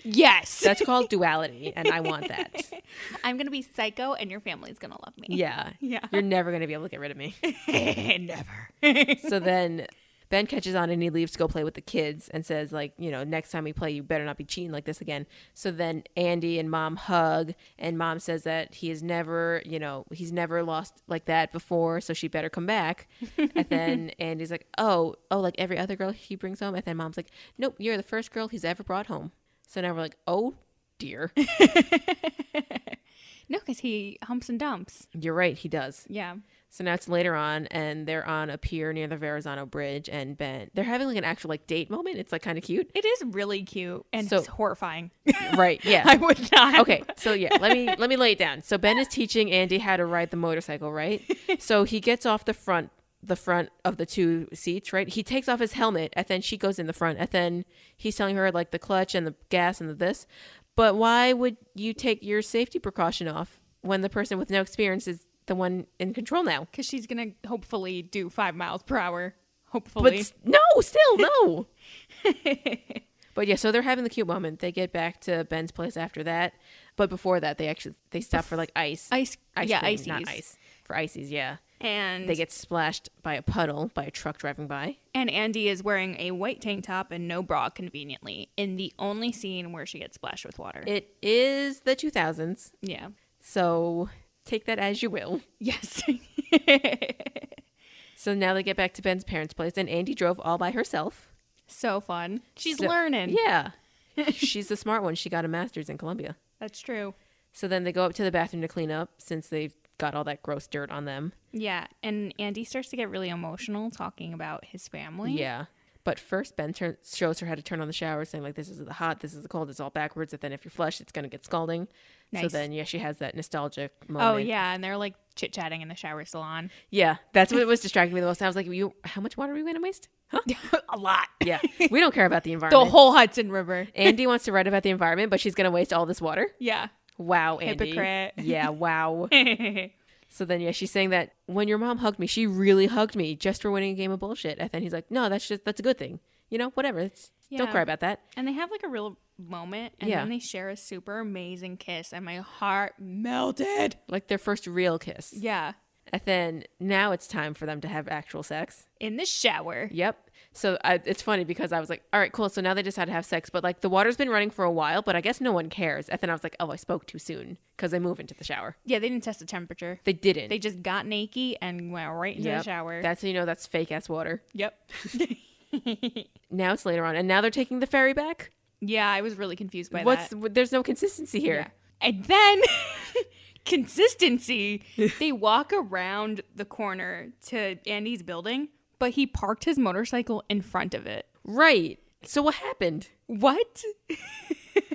Speaker 1: yes.
Speaker 2: That's called duality, and I want that.
Speaker 1: I'm going to be psycho and your family's going to love me.
Speaker 2: Yeah,
Speaker 1: Yeah.
Speaker 2: You're never gonna be able to get rid of me.
Speaker 1: Never.
Speaker 2: so then Ben catches on and he leaves to go play with the kids and says, like, you know, next time we play, you better not be cheating like this again. So then Andy and mom hug, and mom says that he has never, you know, he's never lost like that before, so she better come back. and then Andy's like, oh, oh, like every other girl he brings home. And then mom's like, nope, you're the first girl he's ever brought home. So now we're like, oh dear,
Speaker 1: no, because he humps and dumps.
Speaker 2: you're right, he does.
Speaker 1: Yeah.
Speaker 2: So now it's later on, and they're on a pier near the Verrazano Bridge, and Ben, they're having like an actual like date moment. It's like kind of cute.
Speaker 1: It is really cute and
Speaker 2: So-
Speaker 1: it's horrifying.
Speaker 2: right yeah
Speaker 1: I would not.
Speaker 2: okay so yeah let me let me lay it down so ben is teaching andy how to ride the motorcycle right so he gets off the front the front of the two seats right he takes off his helmet and then she goes in the front and then he's telling her like the clutch and the gas and the this but why would you take your safety precaution off when the person with no experience is the one in control now
Speaker 1: Because she's going to hopefully do five miles per hour. Hopefully.
Speaker 2: but s- no still no but yeah so they're having the cute moment they get back to ben's place after that but before that they actually they stop for like ice
Speaker 1: ice,
Speaker 2: ice
Speaker 1: yeah,
Speaker 2: cream,
Speaker 1: ices.
Speaker 2: not ice for ices. Yeah,
Speaker 1: And
Speaker 2: they get splashed by a puddle by a truck driving by.
Speaker 1: and Andy is wearing a white tank top and no bra, conveniently, in the only scene where she gets splashed with water.
Speaker 2: It is the 2000s,
Speaker 1: yeah.
Speaker 2: so take that as you will.
Speaker 1: Yes.
Speaker 2: So now they get back to Ben's parents' place, and Andy drove all by herself.
Speaker 1: so fun. She's
Speaker 2: So-
Speaker 1: learning.
Speaker 2: Yeah, she's the smart one. She got a master's in Columbia.
Speaker 1: That's true.
Speaker 2: So then they go up to the bathroom to clean up since they've got all that gross dirt on them.
Speaker 1: Yeah. And Andy starts to get really emotional talking about his family.
Speaker 2: Yeah. But first, Ben turn- shows her how to turn on the shower, saying like, "This is the hot, this is the cold, it's all backwards." And then if you're flushed, it's gonna get scalding. So
Speaker 1: Nice.
Speaker 2: then, yeah, she has that nostalgic moment.
Speaker 1: Oh yeah, and they're like chit chatting in the shower salon.
Speaker 2: Yeah, that's what was distracting me the most. I was like, "You, how much water are we going to waste?" Huh?
Speaker 1: a lot.
Speaker 2: Yeah, we don't care about the
Speaker 1: The
Speaker 2: environment.
Speaker 1: whole Hudson River.
Speaker 2: Andy wants to write about the environment, but she's going to waste all this water.
Speaker 1: Yeah.
Speaker 2: Wow, Andy.
Speaker 1: Hypocrite.
Speaker 2: Yeah, wow.
Speaker 1: yeah.
Speaker 2: so then, yeah, she's saying that when your mom hugged me, she really hugged me just for winning a game of bullshit. And then he's like, "No, that's just that's a good thing. You know, whatever. It's, Don't
Speaker 1: Yeah.
Speaker 2: cry about that."
Speaker 1: And they have like a real moment and
Speaker 2: Yeah.
Speaker 1: then they share a super amazing kiss and my heart melted.
Speaker 2: Like their first real kiss.
Speaker 1: Yeah.
Speaker 2: And then now it's time for them to have actual sex.
Speaker 1: In the shower.
Speaker 2: Yep. So I, it's funny because I was like, all right, cool. So now they decide to have sex, but like the water's been running for a while, but I guess no one cares. And then I was like, oh, I spoke too soon because they move into the shower.
Speaker 1: Yeah, they didn't test the temperature.
Speaker 2: They didn't.
Speaker 1: They just got naked and went right into
Speaker 2: Yep.
Speaker 1: the shower.
Speaker 2: That's how you know that's fake ass water.
Speaker 1: yep.
Speaker 2: Now it's later on, and now they're taking the ferry back.
Speaker 1: Yeah, I was really confused by
Speaker 2: What's
Speaker 1: that.
Speaker 2: there's no consistency
Speaker 1: Yeah.
Speaker 2: here.
Speaker 1: And then consistency. they walk around the corner to Andy's building, but he parked his motorcycle in front of it.
Speaker 2: Right. So what happened?
Speaker 1: What?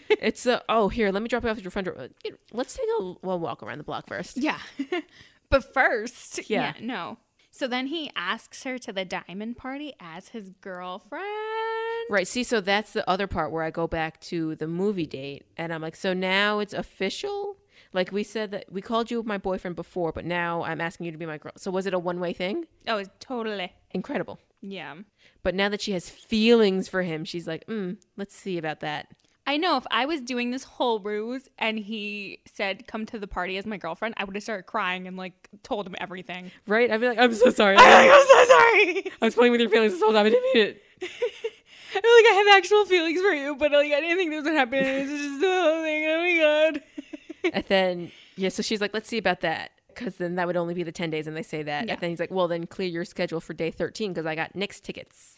Speaker 2: it's uh, oh here, let me drop you off at your front door. Uh, Let's take a well, walk around the block first.
Speaker 1: Yeah. but first,
Speaker 2: Yeah.
Speaker 1: yeah. no. So then he asks her to the diamond party as his girlfriend.
Speaker 2: Right. See, so that's the other part where I go back to the movie date and I'm like, so now it's official? Like we said that we called you my boyfriend before, but now I'm asking you to be my girl. So was it a one way thing?
Speaker 1: Oh, it's totally.
Speaker 2: Incredible.
Speaker 1: Yeah.
Speaker 2: But now that she has feelings for him, she's like, mm, let's see about that.
Speaker 1: I know if I was doing this whole ruse and he said, come to the party as my girlfriend, I would have started crying and like told him everything.
Speaker 2: Right? I'd be like, I'm so sorry.
Speaker 1: I'm
Speaker 2: I
Speaker 1: like, I'm so sorry.
Speaker 2: was playing with your feelings this whole time. I didn't mean it.
Speaker 1: I feel like I have actual feelings for you, but like I didn't think this would happen. It's just the whole thing. Oh my god.
Speaker 2: And then, yeah, so she's like, let's see about that. Because then that would only be the 10 days. And they say that.
Speaker 1: Yeah.
Speaker 2: And then he's like, well, then clear your schedule for day 13 because I got Knicks tickets.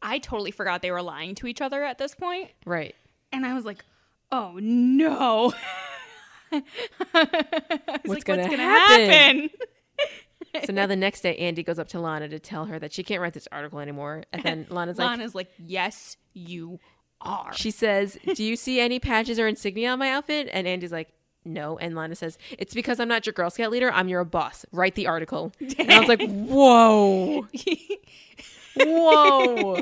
Speaker 1: I totally forgot they were lying to each other at this point,
Speaker 2: Right.
Speaker 1: and I was like, "Oh no." I was like,
Speaker 2: gonna
Speaker 1: what's gonna
Speaker 2: happen?"
Speaker 1: happen?
Speaker 2: so now the next day, Andy goes up to Lana to tell her that she can't write this article anymore. And then Lana's like,
Speaker 1: Lana's like, "Yes, you are."
Speaker 2: she says, Do you see any patches or insignia on my outfit? And Andy's like, No. And Lana says, It's because I'm not your Girl Scout leader. I'm your boss. Write the article. And I was like, Whoa. Whoa.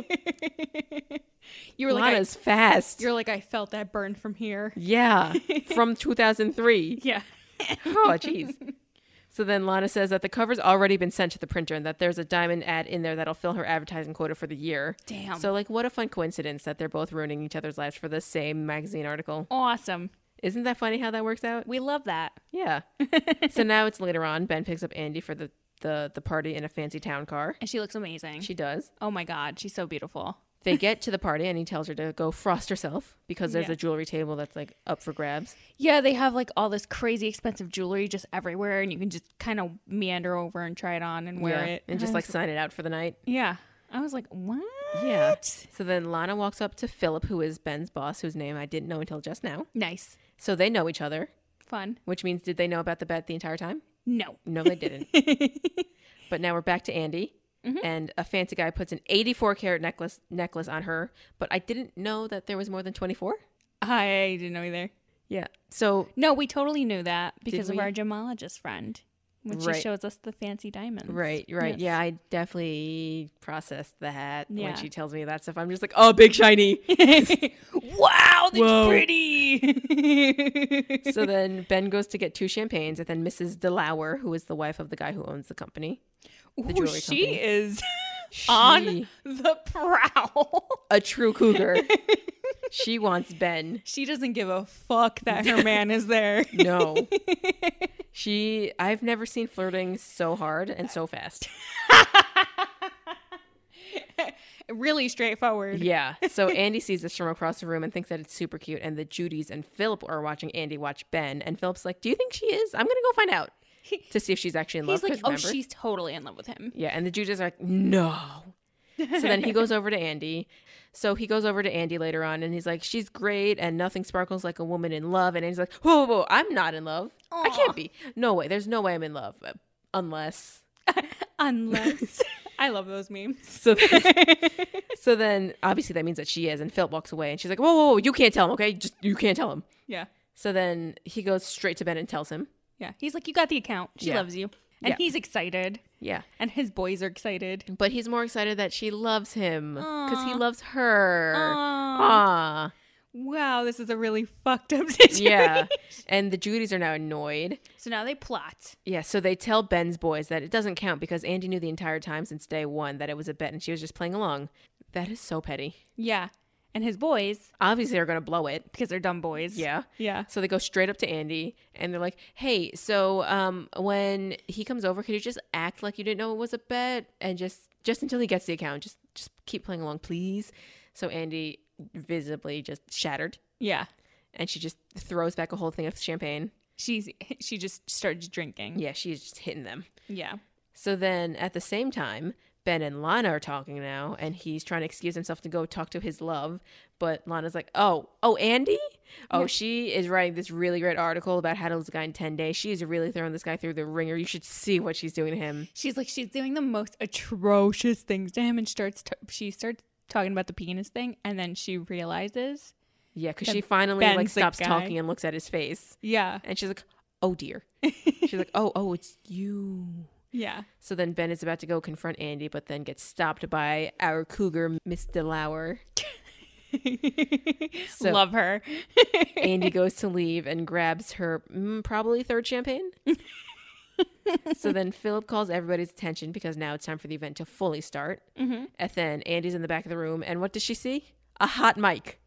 Speaker 1: you were like, I,
Speaker 2: Lana's fast.
Speaker 1: "You're like, I felt that burn from here."
Speaker 2: yeah. From 2003.
Speaker 1: Yeah.
Speaker 2: Oh, jeez. So then Lana says that the cover's already been sent to the printer and that there's a diamond ad in there that'll fill her advertising quota for the year.
Speaker 1: Damn.
Speaker 2: So, like, what a fun coincidence that they're both ruining each other's lives for the same magazine article.
Speaker 1: awesome.
Speaker 2: Isn't that funny how that works out?
Speaker 1: We love that.
Speaker 2: Yeah. so now it's later on. Ben picks up Andy for the, the, the party in a fancy town car.
Speaker 1: And she looks amazing.
Speaker 2: She does.
Speaker 1: oh my god, she's so beautiful.
Speaker 2: They get to the party and he tells her to go frost herself because there's
Speaker 1: Yeah.
Speaker 2: a jewelry table that's like up for grabs.
Speaker 1: Yeah, they have like all this crazy expensive jewelry just everywhere, and you can just kind of meander over and try it on and wear
Speaker 2: Yeah.
Speaker 1: it.
Speaker 2: And just like sign it out for the night.
Speaker 1: yeah, I was like, what?
Speaker 2: Yeah. So then Lana walks up to Philip, who is Ben's boss, whose name I didn't know until just now.
Speaker 1: Nice,
Speaker 2: So they know each other,
Speaker 1: fun.
Speaker 2: which means did they know about the bet the entire time?
Speaker 1: No,
Speaker 2: No, they didn't. but now we're back to Andy. And a fancy guy puts an 84 carat necklace necklace on her, but I didn't know that there was more than 24.
Speaker 1: I didn't know either.
Speaker 2: Yeah. So
Speaker 1: No, we totally knew that because of
Speaker 2: we?
Speaker 1: our gemologist friend when she
Speaker 2: Right.
Speaker 1: shows us the fancy diamonds.
Speaker 2: right, right,
Speaker 1: Yes.
Speaker 2: yeah, I definitely processed that
Speaker 1: Yeah.
Speaker 2: when she tells me that stuff. I'm just like, oh, big shiny.
Speaker 1: wow, that's
Speaker 2: Whoa.
Speaker 1: pretty.
Speaker 2: so then Ben goes to get two champagnes, and then Mrs. Delauer, who is the wife of the guy who owns the company,
Speaker 1: Ooh,
Speaker 2: jewelry
Speaker 1: she
Speaker 2: company.
Speaker 1: is on
Speaker 2: she-
Speaker 1: the prowl.
Speaker 2: a true cougar. she wants Ben.
Speaker 1: She doesn't give a fuck that her man is there.
Speaker 2: No. She I've never seen flirting so hard and so fast.
Speaker 1: really straightforward.
Speaker 2: Yeah. So Andy sees this from across the room and thinks that it's super cute and the Judys and Philip are watching Andy watch Ben and Philip's like, "Do you think she is? I'm going to go find out." To see if she's actually in love
Speaker 1: He's like,
Speaker 2: 'cause
Speaker 1: oh,
Speaker 2: remember-
Speaker 1: she's totally in love with him.
Speaker 2: Yeah, and the Judys are like, no. So then he goes over to Andy. So he goes over to Andy later on and he's like, she's great and nothing sparkles like a woman in love. And Andy's like, whoa, whoa, whoa I'm not in love. I
Speaker 1: Aw.
Speaker 2: can't be. No way. There's no way I'm in love. Uh, Unless.
Speaker 1: Unless I love those memes.
Speaker 2: So then, so then obviously that means that she is. And Philip walks away and she's like, whoa, whoa, whoa, you can't tell him, okay? Just, you can't tell him.
Speaker 1: Yeah.
Speaker 2: So then he goes straight to Ben and tells him.
Speaker 1: Yeah. He's like, you got the account. She
Speaker 2: Yeah.
Speaker 1: loves you. And
Speaker 2: Yeah.
Speaker 1: he's excited.
Speaker 2: Yeah.
Speaker 1: And his boys are excited.
Speaker 2: But he's more excited that she loves him because he
Speaker 1: Aw.
Speaker 2: loves her.
Speaker 1: Aw.
Speaker 2: Aw.
Speaker 1: Uh, Wow, this is a really fucked up situation.
Speaker 2: yeah. And the Judys are now annoyed.
Speaker 1: So now they plot.
Speaker 2: Yeah, so they tell Ben's boys that it doesn't count because Andy knew the entire time since day one that it was a bet and she was just playing along. That is so petty.
Speaker 1: Yeah. And his boys,
Speaker 2: Obviously, they're going to blow it.
Speaker 1: because they're dumb boys.
Speaker 2: Yeah.
Speaker 1: Yeah.
Speaker 2: So they go straight up to Andy and they're like, hey, so um, when he comes over, could you just act like you didn't know it was a bet and just just until he gets the account, just just keep playing along, please. So Andy visibly just shattered
Speaker 1: Yeah.
Speaker 2: and she just throws back a whole thing of champagne.
Speaker 1: She's she just starts drinking.
Speaker 2: Yeah, she's just hitting them.
Speaker 1: Yeah.
Speaker 2: So then at the same time, Ben and Lana are talking now, and he's trying to excuse himself to go talk to his love. But Lana's like, oh, oh, Andy? Oh, she is writing this really great article about how to lose a guy in 10 days. She is really throwing this guy through the ringer. You should see what she's doing to him.
Speaker 1: She's like she's doing the most atrocious things to him, and starts t- she starts talking about the penis thing, and then she realizes,
Speaker 2: Yeah, because
Speaker 1: Then
Speaker 2: she finally like
Speaker 1: Ben's the
Speaker 2: stops
Speaker 1: guy.
Speaker 2: talking and looks at his face.
Speaker 1: yeah,
Speaker 2: And she's like, oh, dear. She's like, oh, oh, it's you.
Speaker 1: Yeah.
Speaker 2: So then Ben is about to go confront Andy, but then gets stopped by our cougar, Miss DeLauer. So-
Speaker 1: Love her.
Speaker 2: Andy goes to leave and grabs her mm, probably third champagne. so then Philip calls everybody's attention because now it's time for the event to fully start.
Speaker 1: Mhm.
Speaker 2: And then Andy's in the back of the room, and what does she see? A hot mic.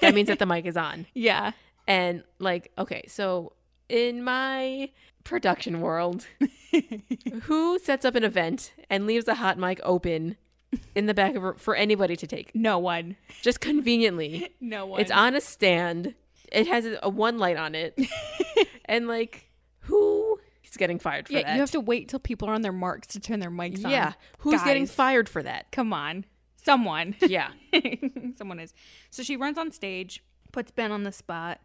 Speaker 2: That means that the mic is on.
Speaker 1: Yeah.
Speaker 2: And like, okay, so in my production world, who sets up an event and leaves a hot mic open in the back of a, for anybody to take?
Speaker 1: No one.
Speaker 2: Just conveniently.
Speaker 1: No one.
Speaker 2: It's on a stand. It has a, a one light on it. and like who is getting fired for
Speaker 1: yeah,
Speaker 2: that?
Speaker 1: you have to wait till people are on their marks to turn their mics on.
Speaker 2: yeah. Who's getting
Speaker 1: Guys.
Speaker 2: fired for that?
Speaker 1: Come on. Someone.
Speaker 2: Yeah.
Speaker 1: Someone is. So she runs on stage, puts Ben on the spot.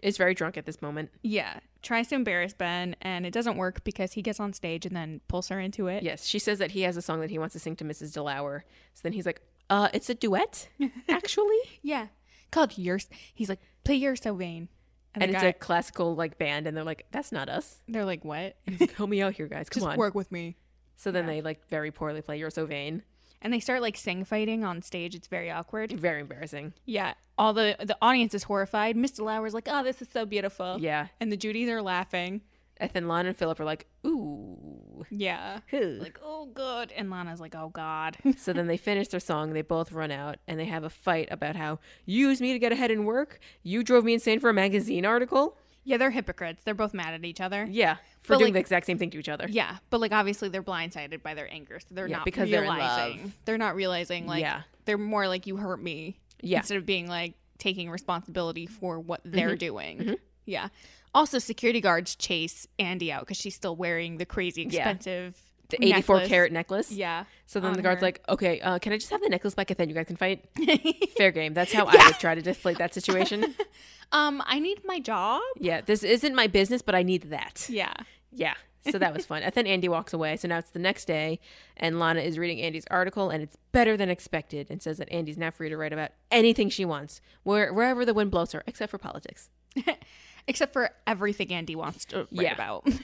Speaker 2: Is very drunk at this moment.
Speaker 1: Yeah. Tries to embarrass Ben, and it doesn't work because he gets on stage and then pulls her into it.
Speaker 2: Yes. She says that he has a song that he wants to sing to Mrs. DeLauer. So then he's like, uh, it's a duet, actually.
Speaker 1: Yeah. Called yours. He's like, play your so vain. And,
Speaker 2: and
Speaker 1: the
Speaker 2: it's
Speaker 1: guy-
Speaker 2: a classical like band, and they're like, That's not us.
Speaker 1: they're like, what?
Speaker 2: He's like, Help me out here, guys. Come
Speaker 1: Just
Speaker 2: on.
Speaker 1: work with me.
Speaker 2: So then they like very poorly play You're So Vain.
Speaker 1: And they start like sing fighting on stage. It's very awkward.
Speaker 2: Very embarrassing.
Speaker 1: Yeah. All the the audience is horrified. Mr. Lauer's like, oh, this is so beautiful.
Speaker 2: Yeah.
Speaker 1: And the Judys are laughing.
Speaker 2: And then Lon and Philip are like, Ooh.
Speaker 1: Yeah.
Speaker 2: Huh.
Speaker 1: Like, oh, good. And Lana's like, oh, God.
Speaker 2: So then they finish their song, they both run out, and they have a fight about how you used me to get ahead in work, you drove me insane for a magazine article.
Speaker 1: yeah, they're hypocrites. They're both mad at each other.
Speaker 2: Yeah, for
Speaker 1: But,
Speaker 2: doing
Speaker 1: like-
Speaker 2: the exact same thing to each other.
Speaker 1: Yeah. But, like, obviously they're blindsided by their anger. So they're
Speaker 2: Yeah,
Speaker 1: not
Speaker 2: because they're in
Speaker 1: realizing. They're,
Speaker 2: love.
Speaker 1: not realizing, like,
Speaker 2: Yeah.
Speaker 1: they're more like, you hurt me.
Speaker 2: Yeah. Mm-hmm.
Speaker 1: Instead of being like taking responsibility for what they're doing. Yeah. Also, security guards chase Andy out because she's still wearing the crazy expensive.
Speaker 2: The 84
Speaker 1: necklace.
Speaker 2: carat necklace.
Speaker 1: Yeah. Oh,
Speaker 2: So then
Speaker 1: on
Speaker 2: the guard's
Speaker 1: her.
Speaker 2: like, okay, uh, can I just have the necklace back and then you guys can fight? Fair game. That's how I would try to deflate that situation.
Speaker 1: um, I need my job.
Speaker 2: yeah, this isn't my business, but I need that.
Speaker 1: Yeah.
Speaker 2: Yeah. So that was fun. And then Andy walks away. So now it's the next day, and Lana is reading Andy's article, and it's better than expected, and says that Andy's now free to write about anything she wants, where, wherever the wind blows her, except for politics.
Speaker 1: Except for everything Andy wants to write
Speaker 2: Yeah.
Speaker 1: about.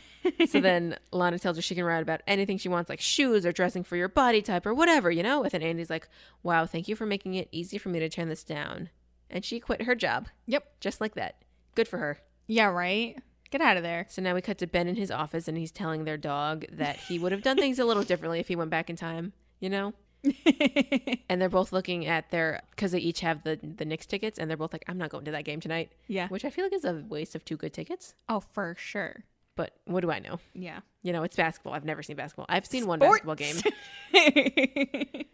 Speaker 2: So then Lana tells her she can write about anything she wants, like shoes or dressing for your body type or whatever, you know? And then Andy's like, wow, thank you for making it easy for me to turn this down. And she quit her job,
Speaker 1: yep.
Speaker 2: just like that. Good for her.
Speaker 1: Yeah, right? Get out of there.
Speaker 2: So now we cut to Ben in his office, and he's telling their dog that he would have done things a little differently if he went back in time, you know? and they're both looking at their because they each have the the Knicks tickets, and they're both like, "I'm not going to that game tonight,"
Speaker 1: yeah.
Speaker 2: which I feel like is a waste of two good tickets.
Speaker 1: Oh, for sure.
Speaker 2: But what do I know?
Speaker 1: Yeah.
Speaker 2: You know, it's basketball. I've never seen basketball. I've seen one
Speaker 1: Sports.
Speaker 2: basketball game.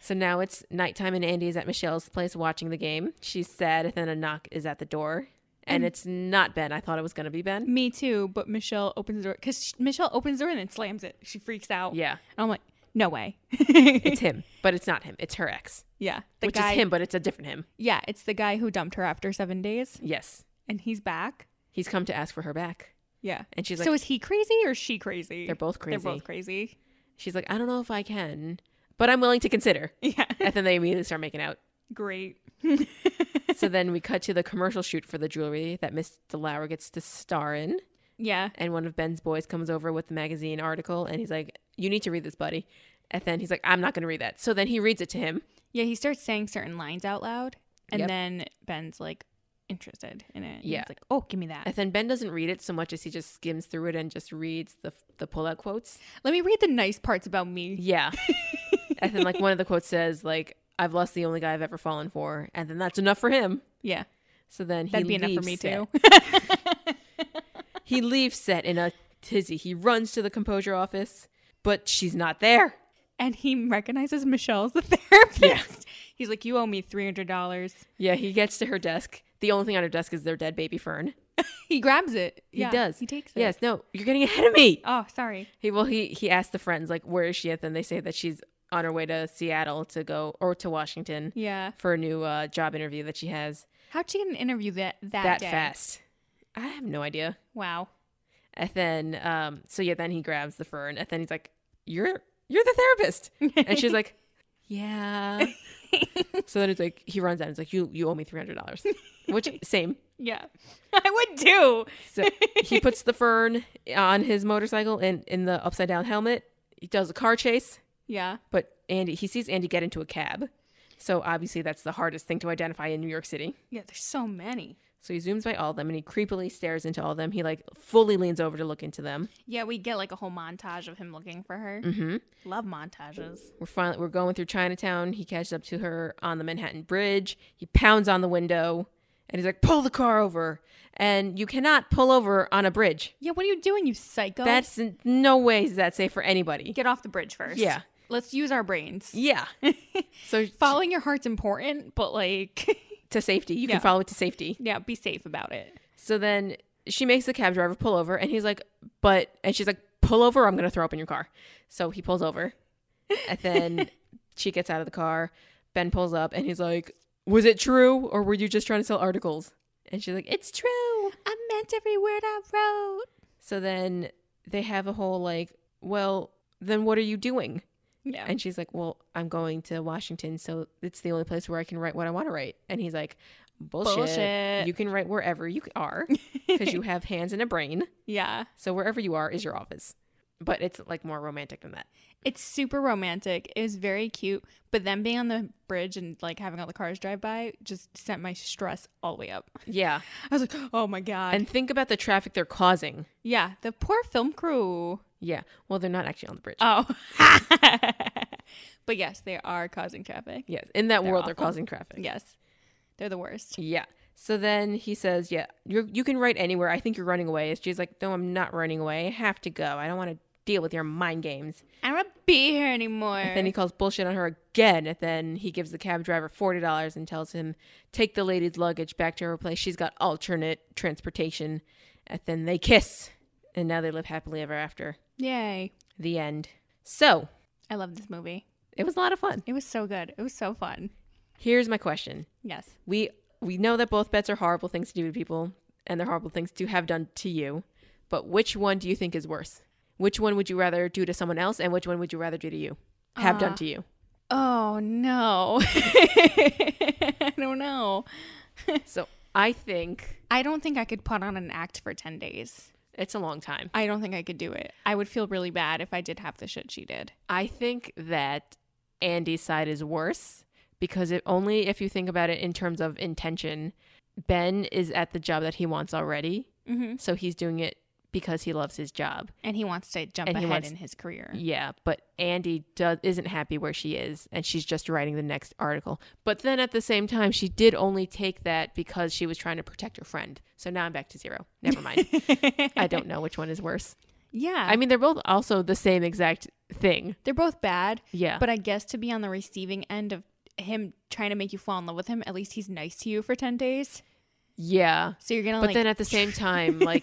Speaker 2: So now it's nighttime, and Andy is at Michelle's place watching the game. She's sad, and then a knock is at the door, and it's not Ben. I thought it was going to be Ben.
Speaker 1: Me too, but Michelle opens the door because Michelle opens the door and then slams it. She freaks out.
Speaker 2: Yeah,
Speaker 1: And I'm like, no way.
Speaker 2: it's him, but it's not him. It's her ex,
Speaker 1: yeah. The
Speaker 2: which
Speaker 1: guy.
Speaker 2: is him, but it's a different him.
Speaker 1: Yeah, it's the guy who dumped her after seven days
Speaker 2: Yes,
Speaker 1: and he's back.
Speaker 2: he's come to ask for her back,
Speaker 1: Yeah.
Speaker 2: and she's like,
Speaker 1: so is he crazy or is she crazy?
Speaker 2: "They're both crazy."
Speaker 1: They're both crazy.
Speaker 2: She's like, "I don't know if I can, but I'm willing to consider."
Speaker 1: Yeah.
Speaker 2: and then they immediately start making out.
Speaker 1: Great.
Speaker 2: So then we cut to the commercial shoot for the jewelry that Miss DeLauer gets to star in.
Speaker 1: yeah.
Speaker 2: And one of Ben's boys comes over with the magazine article and he's like, You need to read this, buddy. And then he's like, I'm not going to read that. So then he reads it to him.
Speaker 1: Yeah, he starts saying certain lines out loud, and
Speaker 2: Yep.
Speaker 1: then Ben's like interested in it. and
Speaker 2: Yeah.
Speaker 1: he's like, "Oh, give me that.
Speaker 2: And then Ben doesn't read it so much as he just skims through it and just reads the, the pullout quotes.
Speaker 1: Let me read the nice parts about me."
Speaker 2: Yeah. and then, like, one of the quotes says, like, I've lost the only guy I've ever fallen for. And then that's enough for him.
Speaker 1: Yeah,
Speaker 2: So then he
Speaker 1: that'd be enough for
Speaker 2: leaves
Speaker 1: me
Speaker 2: set.
Speaker 1: too.
Speaker 2: He leaves set in a tizzy. He runs to the composure office, but she's not there.
Speaker 1: and he recognizes Michelle as the therapist. He's like, "You owe me three hundred dollars."
Speaker 2: Yeah, he gets to her desk. The only thing on her desk is their dead baby fern.
Speaker 1: He grabs it.
Speaker 2: He does.
Speaker 1: He takes it.
Speaker 2: Yes, no, you're getting ahead of me.
Speaker 1: Oh, sorry.
Speaker 2: He well, he he asked the friends like, where is she? And then they say that she's on her way to Seattle to go or to Washington
Speaker 1: Yeah.
Speaker 2: for a new uh, job interview that she has.
Speaker 1: How'd she get an interview that that,
Speaker 2: That
Speaker 1: day?
Speaker 2: fast, I have no idea.
Speaker 1: Wow.
Speaker 2: And then, um, so yeah, then he grabs the fern, and then he's like, "You're you're the therapist," and she's like, yeah. so then it's like he runs out. And it's like you you owe me three hundred dollars, which same.
Speaker 1: Yeah. I would do.
Speaker 2: So he puts the fern on his motorcycle and in the upside down helmet. He does a car chase,
Speaker 1: Yeah.
Speaker 2: but Andy he sees Andy get into a cab. So obviously that's the hardest thing to identify in New York City.
Speaker 1: Yeah, there's so many.
Speaker 2: So he zooms by all of them and he creepily stares into all of them. He like fully leans over to look into them.
Speaker 1: Yeah, we get like a whole montage of him looking for her.
Speaker 2: Mm-hmm.
Speaker 1: Love montages.
Speaker 2: We're finally we're going through Chinatown. He catches up to her on the Manhattan Bridge. He pounds on the window and he's like, "Pull the car over!" And you cannot pull over on a bridge.
Speaker 1: Yeah, what are you doing, you psycho?
Speaker 2: That's in no way is that safe for anybody.
Speaker 1: get off the bridge first.
Speaker 2: Yeah.
Speaker 1: Let's use our brains.
Speaker 2: Yeah. so
Speaker 1: Following your heart's important, but like,
Speaker 2: to safety, you
Speaker 1: Yeah.
Speaker 2: can follow it to safety.
Speaker 1: yeah, be safe about it.
Speaker 2: So then she makes the cab driver pull over, and he's like, "But," and she's like, "Pull over! I'm gonna throw up in your car." So he pulls over, and then she gets out of the car. Ben pulls up, and he's like, "Was it true, or were you just trying to sell articles?" And she's like, "It's true."
Speaker 1: I meant every word I wrote.
Speaker 2: So then they have a whole like, "Well, then what are you doing?"
Speaker 1: Yeah.
Speaker 2: And she's like, "Well, I'm going to Washington, so it's the only place where I can write what I want to write." And he's like, "Bullshit!
Speaker 1: Bullshit.
Speaker 2: You can write wherever you are because you have hands and a brain."
Speaker 1: yeah.
Speaker 2: So wherever you are is your office. But it's like more romantic than that.
Speaker 1: It's super romantic. It was very cute. But them being on the bridge and like having all the cars drive by just sent my stress all the way up.
Speaker 2: Yeah.
Speaker 1: I was like, oh my God.
Speaker 2: And think about the traffic they're causing.
Speaker 1: yeah, the poor film crew.
Speaker 2: Yeah. Well, they're not actually on the bridge.
Speaker 1: Oh. but yes, they are causing traffic.
Speaker 2: yes. In that world, they're
Speaker 1: awful.
Speaker 2: causing traffic.
Speaker 1: Yes. They're the worst.
Speaker 2: Yeah. So then he says, "Yeah, you you can write anywhere. I think you're running away." And she's like, "No, I'm not running away. I have to go. I don't want to deal with your mind games."
Speaker 1: I don't want to be here anymore.
Speaker 2: Then he calls bullshit on her again. And then he gives the cab driver forty dollars and tells him, "Take the lady's luggage back to her place. She's got alternate transportation." And then they kiss, and now they live happily ever after.
Speaker 1: Yay.
Speaker 2: the end. So
Speaker 1: I love this movie.
Speaker 2: it was a lot of fun.
Speaker 1: It was so good. It was so fun.
Speaker 2: Here's my question:
Speaker 1: Yes.
Speaker 2: We we know that both bets are horrible things to do to people, and they're horrible things to have done to you. But which one do you think is worse? Which one would you rather do to someone else, and which one would you rather do to you? Have done
Speaker 1: Ah.
Speaker 2: to you?
Speaker 1: Oh no. I don't know.
Speaker 2: So I think
Speaker 1: I don't think I could put on an act for 10 days.
Speaker 2: it's a long time.
Speaker 1: I don't think I could do it. I would feel really bad if I did half the shit she did.
Speaker 2: I think that Andy's side is worse because it only if you think about it in terms of intention. Ben is at the job that he wants already,
Speaker 1: Mm-hmm.
Speaker 2: so he's doing it because he loves his job.
Speaker 1: And he wants to jump
Speaker 2: And he
Speaker 1: ahead
Speaker 2: wants-
Speaker 1: in his career.
Speaker 2: Yeah, but Andy does isn't happy where she is and she's just writing the next article. But then at the same time she did only take that because she was trying to protect her friend. So now I'm back to zero. Never mind. I don't know which one is worse.
Speaker 1: yeah.
Speaker 2: I mean they're both also the same exact thing.
Speaker 1: They're both bad,
Speaker 2: Yeah.
Speaker 1: but I guess to be on the receiving end of him trying to make you fall in love with him, at least he's nice to you for 10 days.
Speaker 2: yeah.
Speaker 1: So you're going to
Speaker 2: But
Speaker 1: like
Speaker 2: then at the same time, like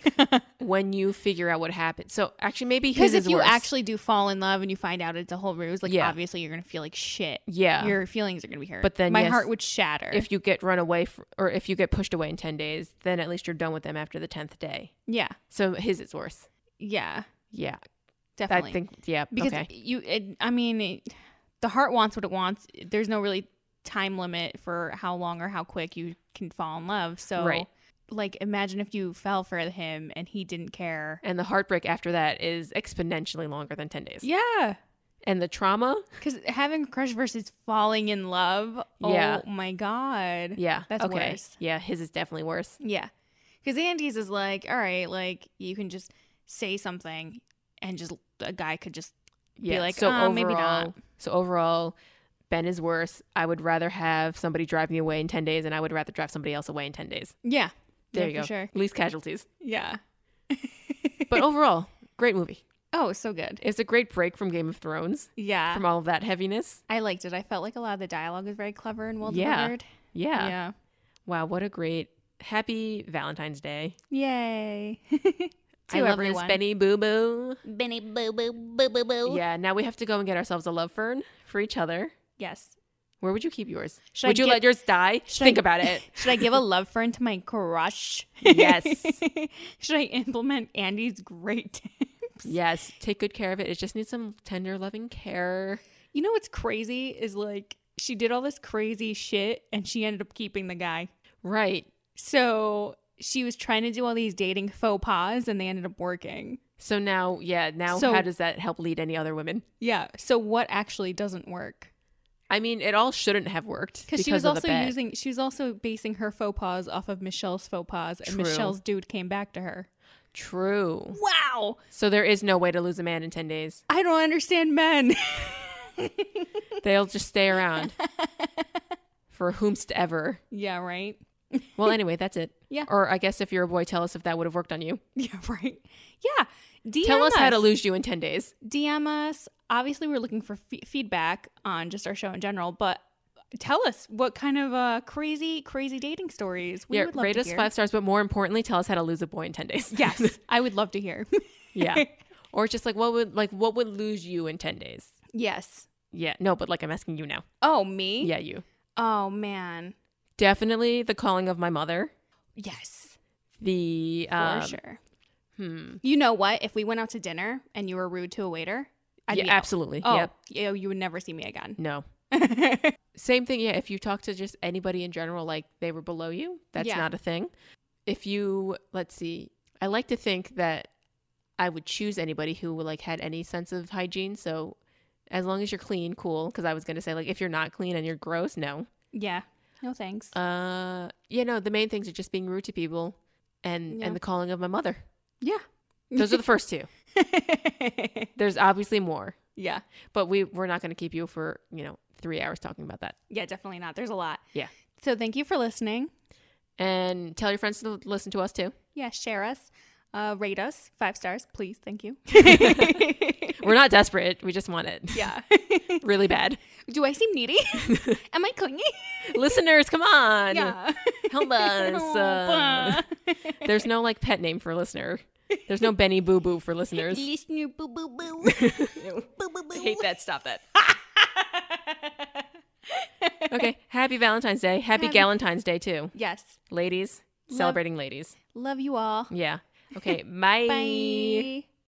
Speaker 2: when you figure out what happened. So actually maybe his
Speaker 1: Because if
Speaker 2: is
Speaker 1: you
Speaker 2: worse.
Speaker 1: actually do fall in love and you find out it's a whole ruse, like
Speaker 2: Yeah.
Speaker 1: obviously you're gonna feel like shit.
Speaker 2: Yeah.
Speaker 1: your feelings are gonna be hurt.
Speaker 2: But then,
Speaker 1: my
Speaker 2: yes,
Speaker 1: heart would shatter.
Speaker 2: if you get run away fr or if you get pushed away in 10 days, then at least you're done with them after the 10th day.
Speaker 1: yeah,
Speaker 2: So his is worse.
Speaker 1: yeah,
Speaker 2: Yeah.
Speaker 1: definitely.
Speaker 2: I think yeah
Speaker 1: because
Speaker 2: okay.
Speaker 1: you, it, I mean, it, the heart wants what it wants. There's no really time limit for how long or how quick you can fall in love. So,
Speaker 2: Right.
Speaker 1: like, imagine if you fell for him and he didn't care.
Speaker 2: And the heartbreak after that is exponentially longer than 10 days.
Speaker 1: Yeah,
Speaker 2: And the trauma?
Speaker 1: because having a crush versus falling in love.
Speaker 2: Yeah.
Speaker 1: Oh my god.
Speaker 2: Yeah.
Speaker 1: That's worse.
Speaker 2: Yeah, his is definitely worse.
Speaker 1: Yeah. Because Andy's is like, all right, like you can just say something and just a guy could just,
Speaker 2: Yeah.
Speaker 1: like, "Uh, maybe not."
Speaker 2: overall- "Ah, So overall, Ben is worse. I would rather have somebody drive me away in 10 days and I would rather drive somebody else away in 10 days.
Speaker 1: yeah.
Speaker 2: There
Speaker 1: yeah,
Speaker 2: you go.
Speaker 1: For sure.
Speaker 2: Least casualties.
Speaker 1: Yeah.
Speaker 2: But overall, great movie.
Speaker 1: Oh, so good.
Speaker 2: It's a great break from Game of Thrones,
Speaker 1: Yeah.
Speaker 2: from all of that heaviness.
Speaker 1: I liked it. I felt like a lot of the dialogue was very clever and well
Speaker 2: Yeah.
Speaker 1: delivered.
Speaker 2: Yeah.
Speaker 1: Yeah.
Speaker 2: Wow, what a great happy Valentine's Day.
Speaker 1: Yay. to
Speaker 2: I love
Speaker 1: everyone.
Speaker 2: this Benny Boo Boo.
Speaker 3: Benny boo boo boo boo boo.
Speaker 2: Yeah, now we have to go and get ourselves a love fern for each other.
Speaker 1: Yes.
Speaker 2: Where would you keep yours?
Speaker 1: Should I
Speaker 2: would you
Speaker 1: get-
Speaker 2: let yours die?
Speaker 1: Should
Speaker 2: Think
Speaker 1: I-
Speaker 2: about it.
Speaker 1: Should I give a love fern to my crush?
Speaker 2: Yes.
Speaker 1: Should I implement Andy's great tips?
Speaker 2: yes, take good care of it. It just needs some tender, loving care.
Speaker 1: You know what's crazy is like she did all this crazy shit and she ended up keeping the guy.
Speaker 2: Right.
Speaker 1: So she was trying to do all these dating faux pas and they ended up working.
Speaker 2: So now, yeah, now
Speaker 1: So-
Speaker 2: how does that help lead any other women?
Speaker 1: Yeah. So what actually doesn't work?
Speaker 2: I mean, it all shouldn't have worked
Speaker 1: Because she was
Speaker 2: of the
Speaker 1: also
Speaker 2: bet.
Speaker 1: using, she was also basing her faux pas off of Michelle's faux pas, and
Speaker 2: True.
Speaker 1: Michelle's dude came back to her.
Speaker 2: True.
Speaker 1: Wow,
Speaker 2: So there is no way to lose a man in 10 days.
Speaker 1: I don't understand men.
Speaker 2: They'll just stay around for whomst ever.
Speaker 1: yeah, right.
Speaker 2: Well, anyway, that's it.
Speaker 1: Yeah.
Speaker 2: Or I guess if you're a boy, tell us if that would have worked on you.
Speaker 1: Yeah, right. Yeah. DM
Speaker 2: Tell us how to lose you in 10 days.
Speaker 1: DM us. Obviously, we're looking for fe feedback on just our show in general, but tell us what kind of uh, crazy, crazy dating stories we
Speaker 2: yeah,
Speaker 1: would love
Speaker 2: rate
Speaker 1: to
Speaker 2: us
Speaker 1: hear.
Speaker 2: five stars, but more importantly, tell us how to lose a boy in 10 days.
Speaker 1: Yes, I would love to hear.
Speaker 2: yeah. Or just like what would like what would lose you in 10 days?
Speaker 1: yes.
Speaker 2: Yeah. No, but like I'm asking you now.
Speaker 1: Oh, me?
Speaker 2: Yeah, you.
Speaker 1: Oh, man.
Speaker 2: Definitely the calling of my mother.
Speaker 1: Yes,
Speaker 2: The
Speaker 1: for
Speaker 2: um,
Speaker 1: sure.
Speaker 2: hmm.
Speaker 1: You know what? If we went out to dinner and you were rude to a waiter, I'd
Speaker 2: Yeah, Mm.
Speaker 1: be out.
Speaker 2: absolutely.
Speaker 1: Oh,
Speaker 2: Yep.
Speaker 1: yeah, you would never see me again.
Speaker 2: No. Same thing, yeah. If you talk to just anybody in general, like they were below you, that's
Speaker 1: Yeah.
Speaker 2: not a thing. If you, let's see, I like to think that I would choose anybody who like had any sense of hygiene. So as long as you're clean, cool. Because I was gonna say like if you're not clean and you're gross, no.
Speaker 1: yeah. No thanks.
Speaker 2: Uh, you know the main things are just being rude to people, and
Speaker 1: Yeah.
Speaker 2: and the calling of my mother.
Speaker 1: yeah.
Speaker 2: Those are the first two. There's obviously more,
Speaker 1: yeah.
Speaker 2: but we we're not gonna keep you for you know three hours talking about that.
Speaker 1: Yeah, definitely not. There's a lot.
Speaker 2: Yeah.
Speaker 1: So thank you for listening.
Speaker 2: And tell your friends to listen to us too.
Speaker 1: Yeah, share us. Uh, rate us five stars, please. Thank you.
Speaker 2: We're not desperate. We just want it
Speaker 1: yeah.
Speaker 2: really bad.
Speaker 1: Do I seem needy? Am I clingy?
Speaker 2: Listeners, come on.
Speaker 1: Yeah.
Speaker 2: Help us. Uh, there's no like pet name for listener. There's no Benny Boo Boo for listeners. I
Speaker 3: Listener boo boo boo. boo boo boo.
Speaker 2: hate that. Stop that. Okay. Happy Valentine's Day. Happy Galentine's Day too.
Speaker 1: yes.
Speaker 2: Ladies, celebrating ladies.
Speaker 1: Love you all.
Speaker 2: Yeah. Okay. Bye.
Speaker 1: Bye.